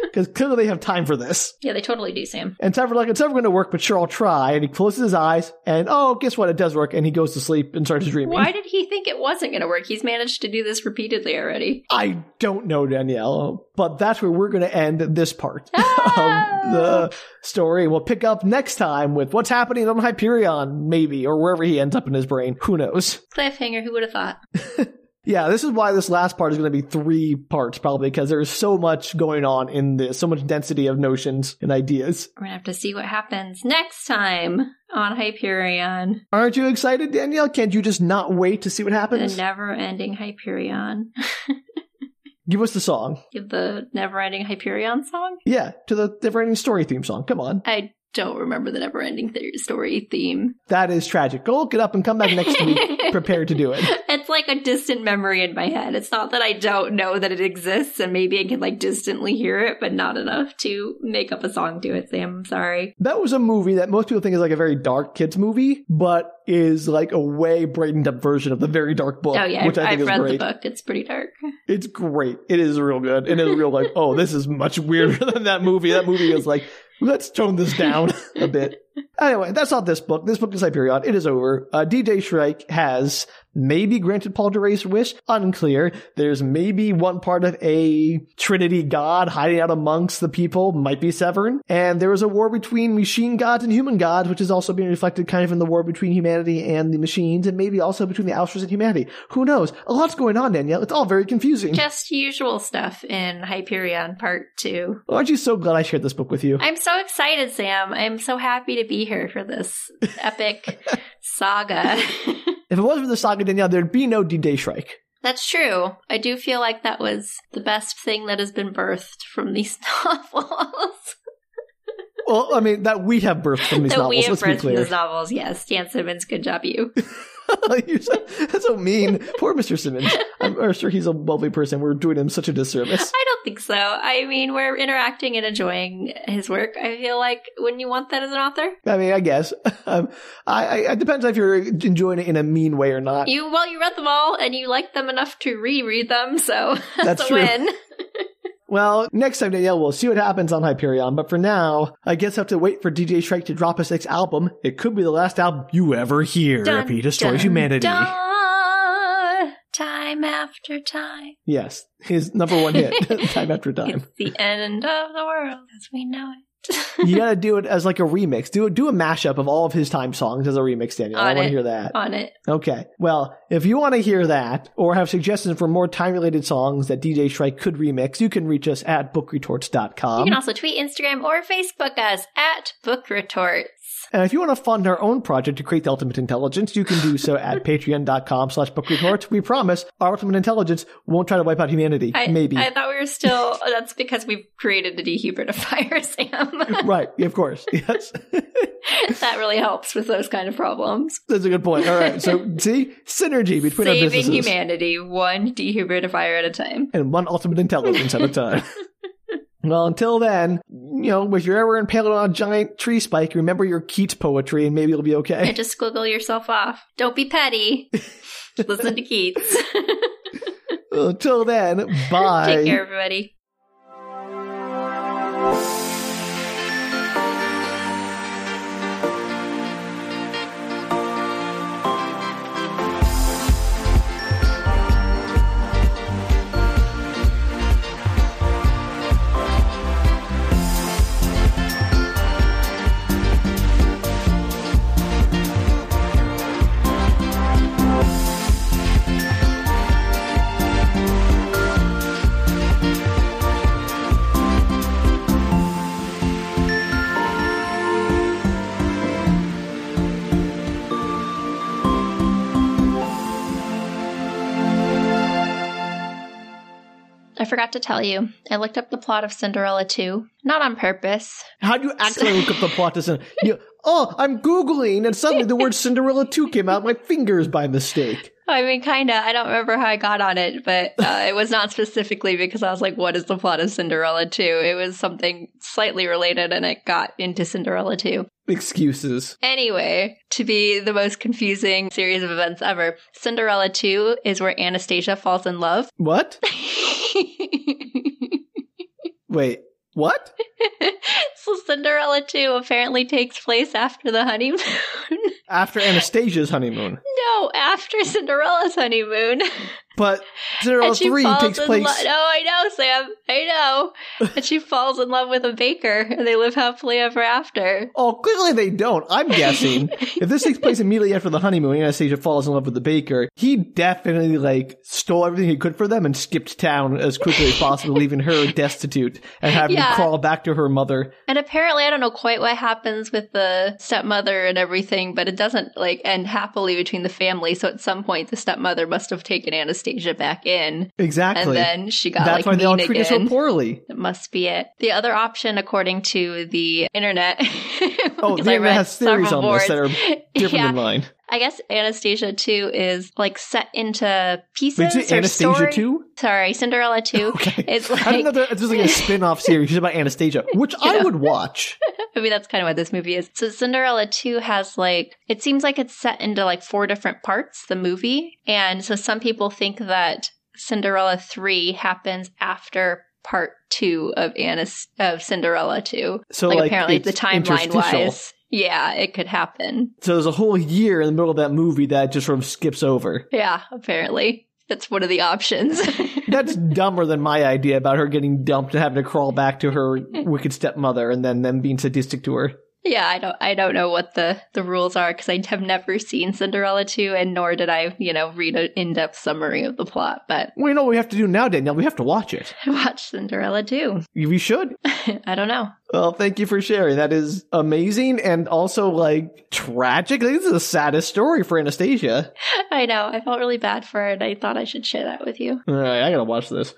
S1: Because clearly they have time for this.
S2: Yeah, they totally do, Sam.
S1: And Severin's like, it's never going to work, but sure, I'll try. And he closes his eyes and, oh, guess what? It does work. And he goes to sleep and starts dreaming.
S2: Why did he think it wasn't going to work? He's managed to do this repeatedly already.
S1: I don't know, Danielle, but that's where we're going to end this part of the story. We'll pick up next time with what's happening on Hyperion, maybe, or wherever he ends up in his brain. Who knows?
S2: Cliffhanger, who would have thought?
S1: Yeah, this is why this last part is going to be three parts, probably, because there's so much going on in this, so much density of notions and ideas.
S2: We're going to have to see what happens next time on Hyperion.
S1: Aren't you excited, Danielle? Can't you just not wait to see what
S2: The
S1: happens?
S2: never ending Hyperion.
S1: Give us the song.
S2: Give the never ending Hyperion song?
S1: Yeah, to the different story theme song. Come on.
S2: I don't remember the never ending th- story theme.
S1: That is tragic. Go look it up and come back next week prepared to do it.
S2: It's like a distant memory in my head. It's not that I don't know that it exists and maybe I can like distantly hear it, but not enough to make up a song to it, Sam. I'm sorry.
S1: That was a movie that most people think is like a very dark kids movie, but is like a way brightened up version of the very dark book.
S2: oh, yeah.
S1: which I
S2: I've,
S1: think
S2: I've
S1: is
S2: read
S1: great.
S2: the book. It's pretty dark.
S1: It's great. It is real good. It is real like, oh, this is much weirder than that movie. That movie is like, let's tone this down a bit. Anyway, that's not this book. This book is Hyperion. It is over. Uh, DJ Shrike has maybe granted Paul Duray's wish. Unclear. There's maybe one part of a Trinity god hiding out amongst the people. Might be Severn. And there is a war between machine gods and human gods, which is also being reflected kind of in the war between humanity and the machines, and maybe also between the Alsters and humanity. Who knows? A lot's going on, Danielle. It's all very confusing.
S2: Just usual stuff in Hyperion Part 2.
S1: Aren't you so glad I shared this book with you?
S2: I'm so excited, Sam. I'm so happy to be here for this epic saga.
S1: If it wasn't for the saga, Danielle, there'd be no D-Day Shrike.
S2: That's true. I do feel like that was the best thing that has been birthed from these novels.
S1: Well, I mean, that we have birthed from these
S2: that
S1: novels,
S2: we have
S1: let's be
S2: birthed from
S1: clear.
S2: these novels. Yes, Dan Simmons, good job, you.
S1: You said- That's so mean. Poor Mr. Simmons. I'm I'm sure he's a lovely person. We're doing him such a disservice.
S2: I don't think so. I mean, we're interacting and enjoying his work. I feel like wouldn't you want that as an author?
S1: I mean, I guess. Um, I, I, it depends if you're enjoying it in a mean way or not.
S2: You well, you read them all and you liked them enough to reread them, so that's,
S1: That's
S2: a
S1: true.
S2: win.
S1: Well, next time, Danielle, we'll see what happens on Hyperion. But for now, I guess I have to wait for DJ Shrike to drop his next album. It could be the last album you ever hear if he destroys
S2: dun,
S1: humanity.
S2: dun. time after time.
S1: Yes, his number one hit, time after time.
S2: It's the end of the world as we know it.
S1: You gotta do it as like a remix. Do a, do a mashup of all of his time songs as a remix, Danielle. I
S2: On
S1: want
S2: it.
S1: to hear that.
S2: On it.
S1: Okay. Well, if you want to hear that or have suggestions for more time related songs that DJ Shrike could remix, you can reach us at bookretorts.com.
S2: you can also tweet, Instagram, or Facebook us at Book Retorts.
S1: And if you want to fund our own project to create the ultimate intelligence, you can do so at patreon.com slash book reports. We promise our ultimate intelligence won't try to wipe out humanity.
S2: I,
S1: Maybe.
S2: I thought we were still. oh, That's because we've created a dehumidifier, Sam.
S1: right. Of course. Yes.
S2: that really helps with those kind of problems.
S1: That's a good point. All right. So see, synergy between our
S2: Saving
S1: businesses.
S2: humanity one dehumidifier at a time.
S1: and one ultimate intelligence at a time. Well, until then, you know, if you're ever impaled on a giant tree spike, remember your Keats poetry and maybe it'll be okay.
S2: And just squiggle yourself off. Don't be petty. Listen to Keats.
S1: Until then, bye.
S2: Take care, everybody. I forgot to tell you. I looked up the plot of Cinderella 2, not on purpose.
S1: How do you actually look up the plot to Cinderella? You, oh, I'm Googling, and suddenly the word Cinderella 2 came out of my fingers by mistake.
S2: I mean, kind of. I don't remember how I got on it, but uh, it was not specifically because I was like, what is the plot of Cinderella 2? It was something slightly related and it got into Cinderella 2.
S1: Excuses.
S2: Anyway, to be the most confusing series of events ever, Cinderella 2 is where Anastasia falls in love.
S1: What? Wait, what?
S2: so Cinderella 2 apparently takes place after the honeymoon.
S1: After Anastasia's honeymoon.
S2: no, after Cinderella's honeymoon.
S1: But Cinderella 3 takes
S2: in
S1: place.
S2: love. Oh, I know, Sam. I know. and she falls in love with a baker, and they live happily ever after.
S1: Oh, clearly they don't. I'm guessing if this takes place immediately after the honeymoon, Anastasia falls in love with the baker. He definitely like stole everything he could for them and skipped town as quickly as possible, leaving her destitute and having
S2: Yeah.
S1: to crawl back to her mother.
S2: And apparently, I don't know quite what happens with the stepmother and everything, but it doesn't like end happily between the family. So at some point, the stepmother must have taken Anastasia back in,
S1: Exactly.
S2: and then she got
S1: That's
S2: like
S1: why they all
S2: mean
S1: treat her so
S2: again.
S1: poorly.
S2: That must be it. The other option, according to the internet,
S1: Oh,
S2: because I
S1: the internet
S2: read
S1: has theories
S2: several
S1: on this that
S2: boards.
S1: are different
S2: yeah,
S1: than mine.
S2: I guess Anastasia 2 is like set into
S1: Wait,
S2: pieces.
S1: is it
S2: or
S1: Anastasia
S2: story-
S1: too?
S2: Sorry, Cinderella 2.
S1: Okay.
S2: It's
S1: I don't know.
S2: like,
S1: That, it's just like a spin-off series about Anastasia, which I
S2: know.
S1: would watch.
S2: I mean, that's kind of what this movie is. So, Cinderella 2 has like, it seems like it's set into like four different parts, the movie. And so, some people think that Cinderella 3 happens after part two of, Anas- of Cinderella 2.
S1: So
S2: like,
S1: like,
S2: apparently,
S1: it's
S2: the timeline
S1: interstitial.
S2: wise, yeah, it could happen.
S1: So there's a whole year in the middle of that movie that just sort of skips over.
S2: Yeah, apparently. That's one of the options.
S1: That's dumber than my idea about her getting dumped and having to crawl back to her wicked stepmother and then them being sadistic to her.
S2: Yeah, I don't I don't know what the the rules are because I have never seen Cinderella 2 and nor did I, you know, read an in-depth summary of the plot, but
S1: Well, you know what we have to do now, Danielle? We have to watch it.
S2: I watched Cinderella 2.
S1: We should.
S2: I don't know.
S1: Well, thank you for sharing. That is amazing and also like tragic. This is the saddest story for Anastasia.
S2: I know. I felt really bad for her and I thought I should share that with you.
S1: All right, I gotta watch this.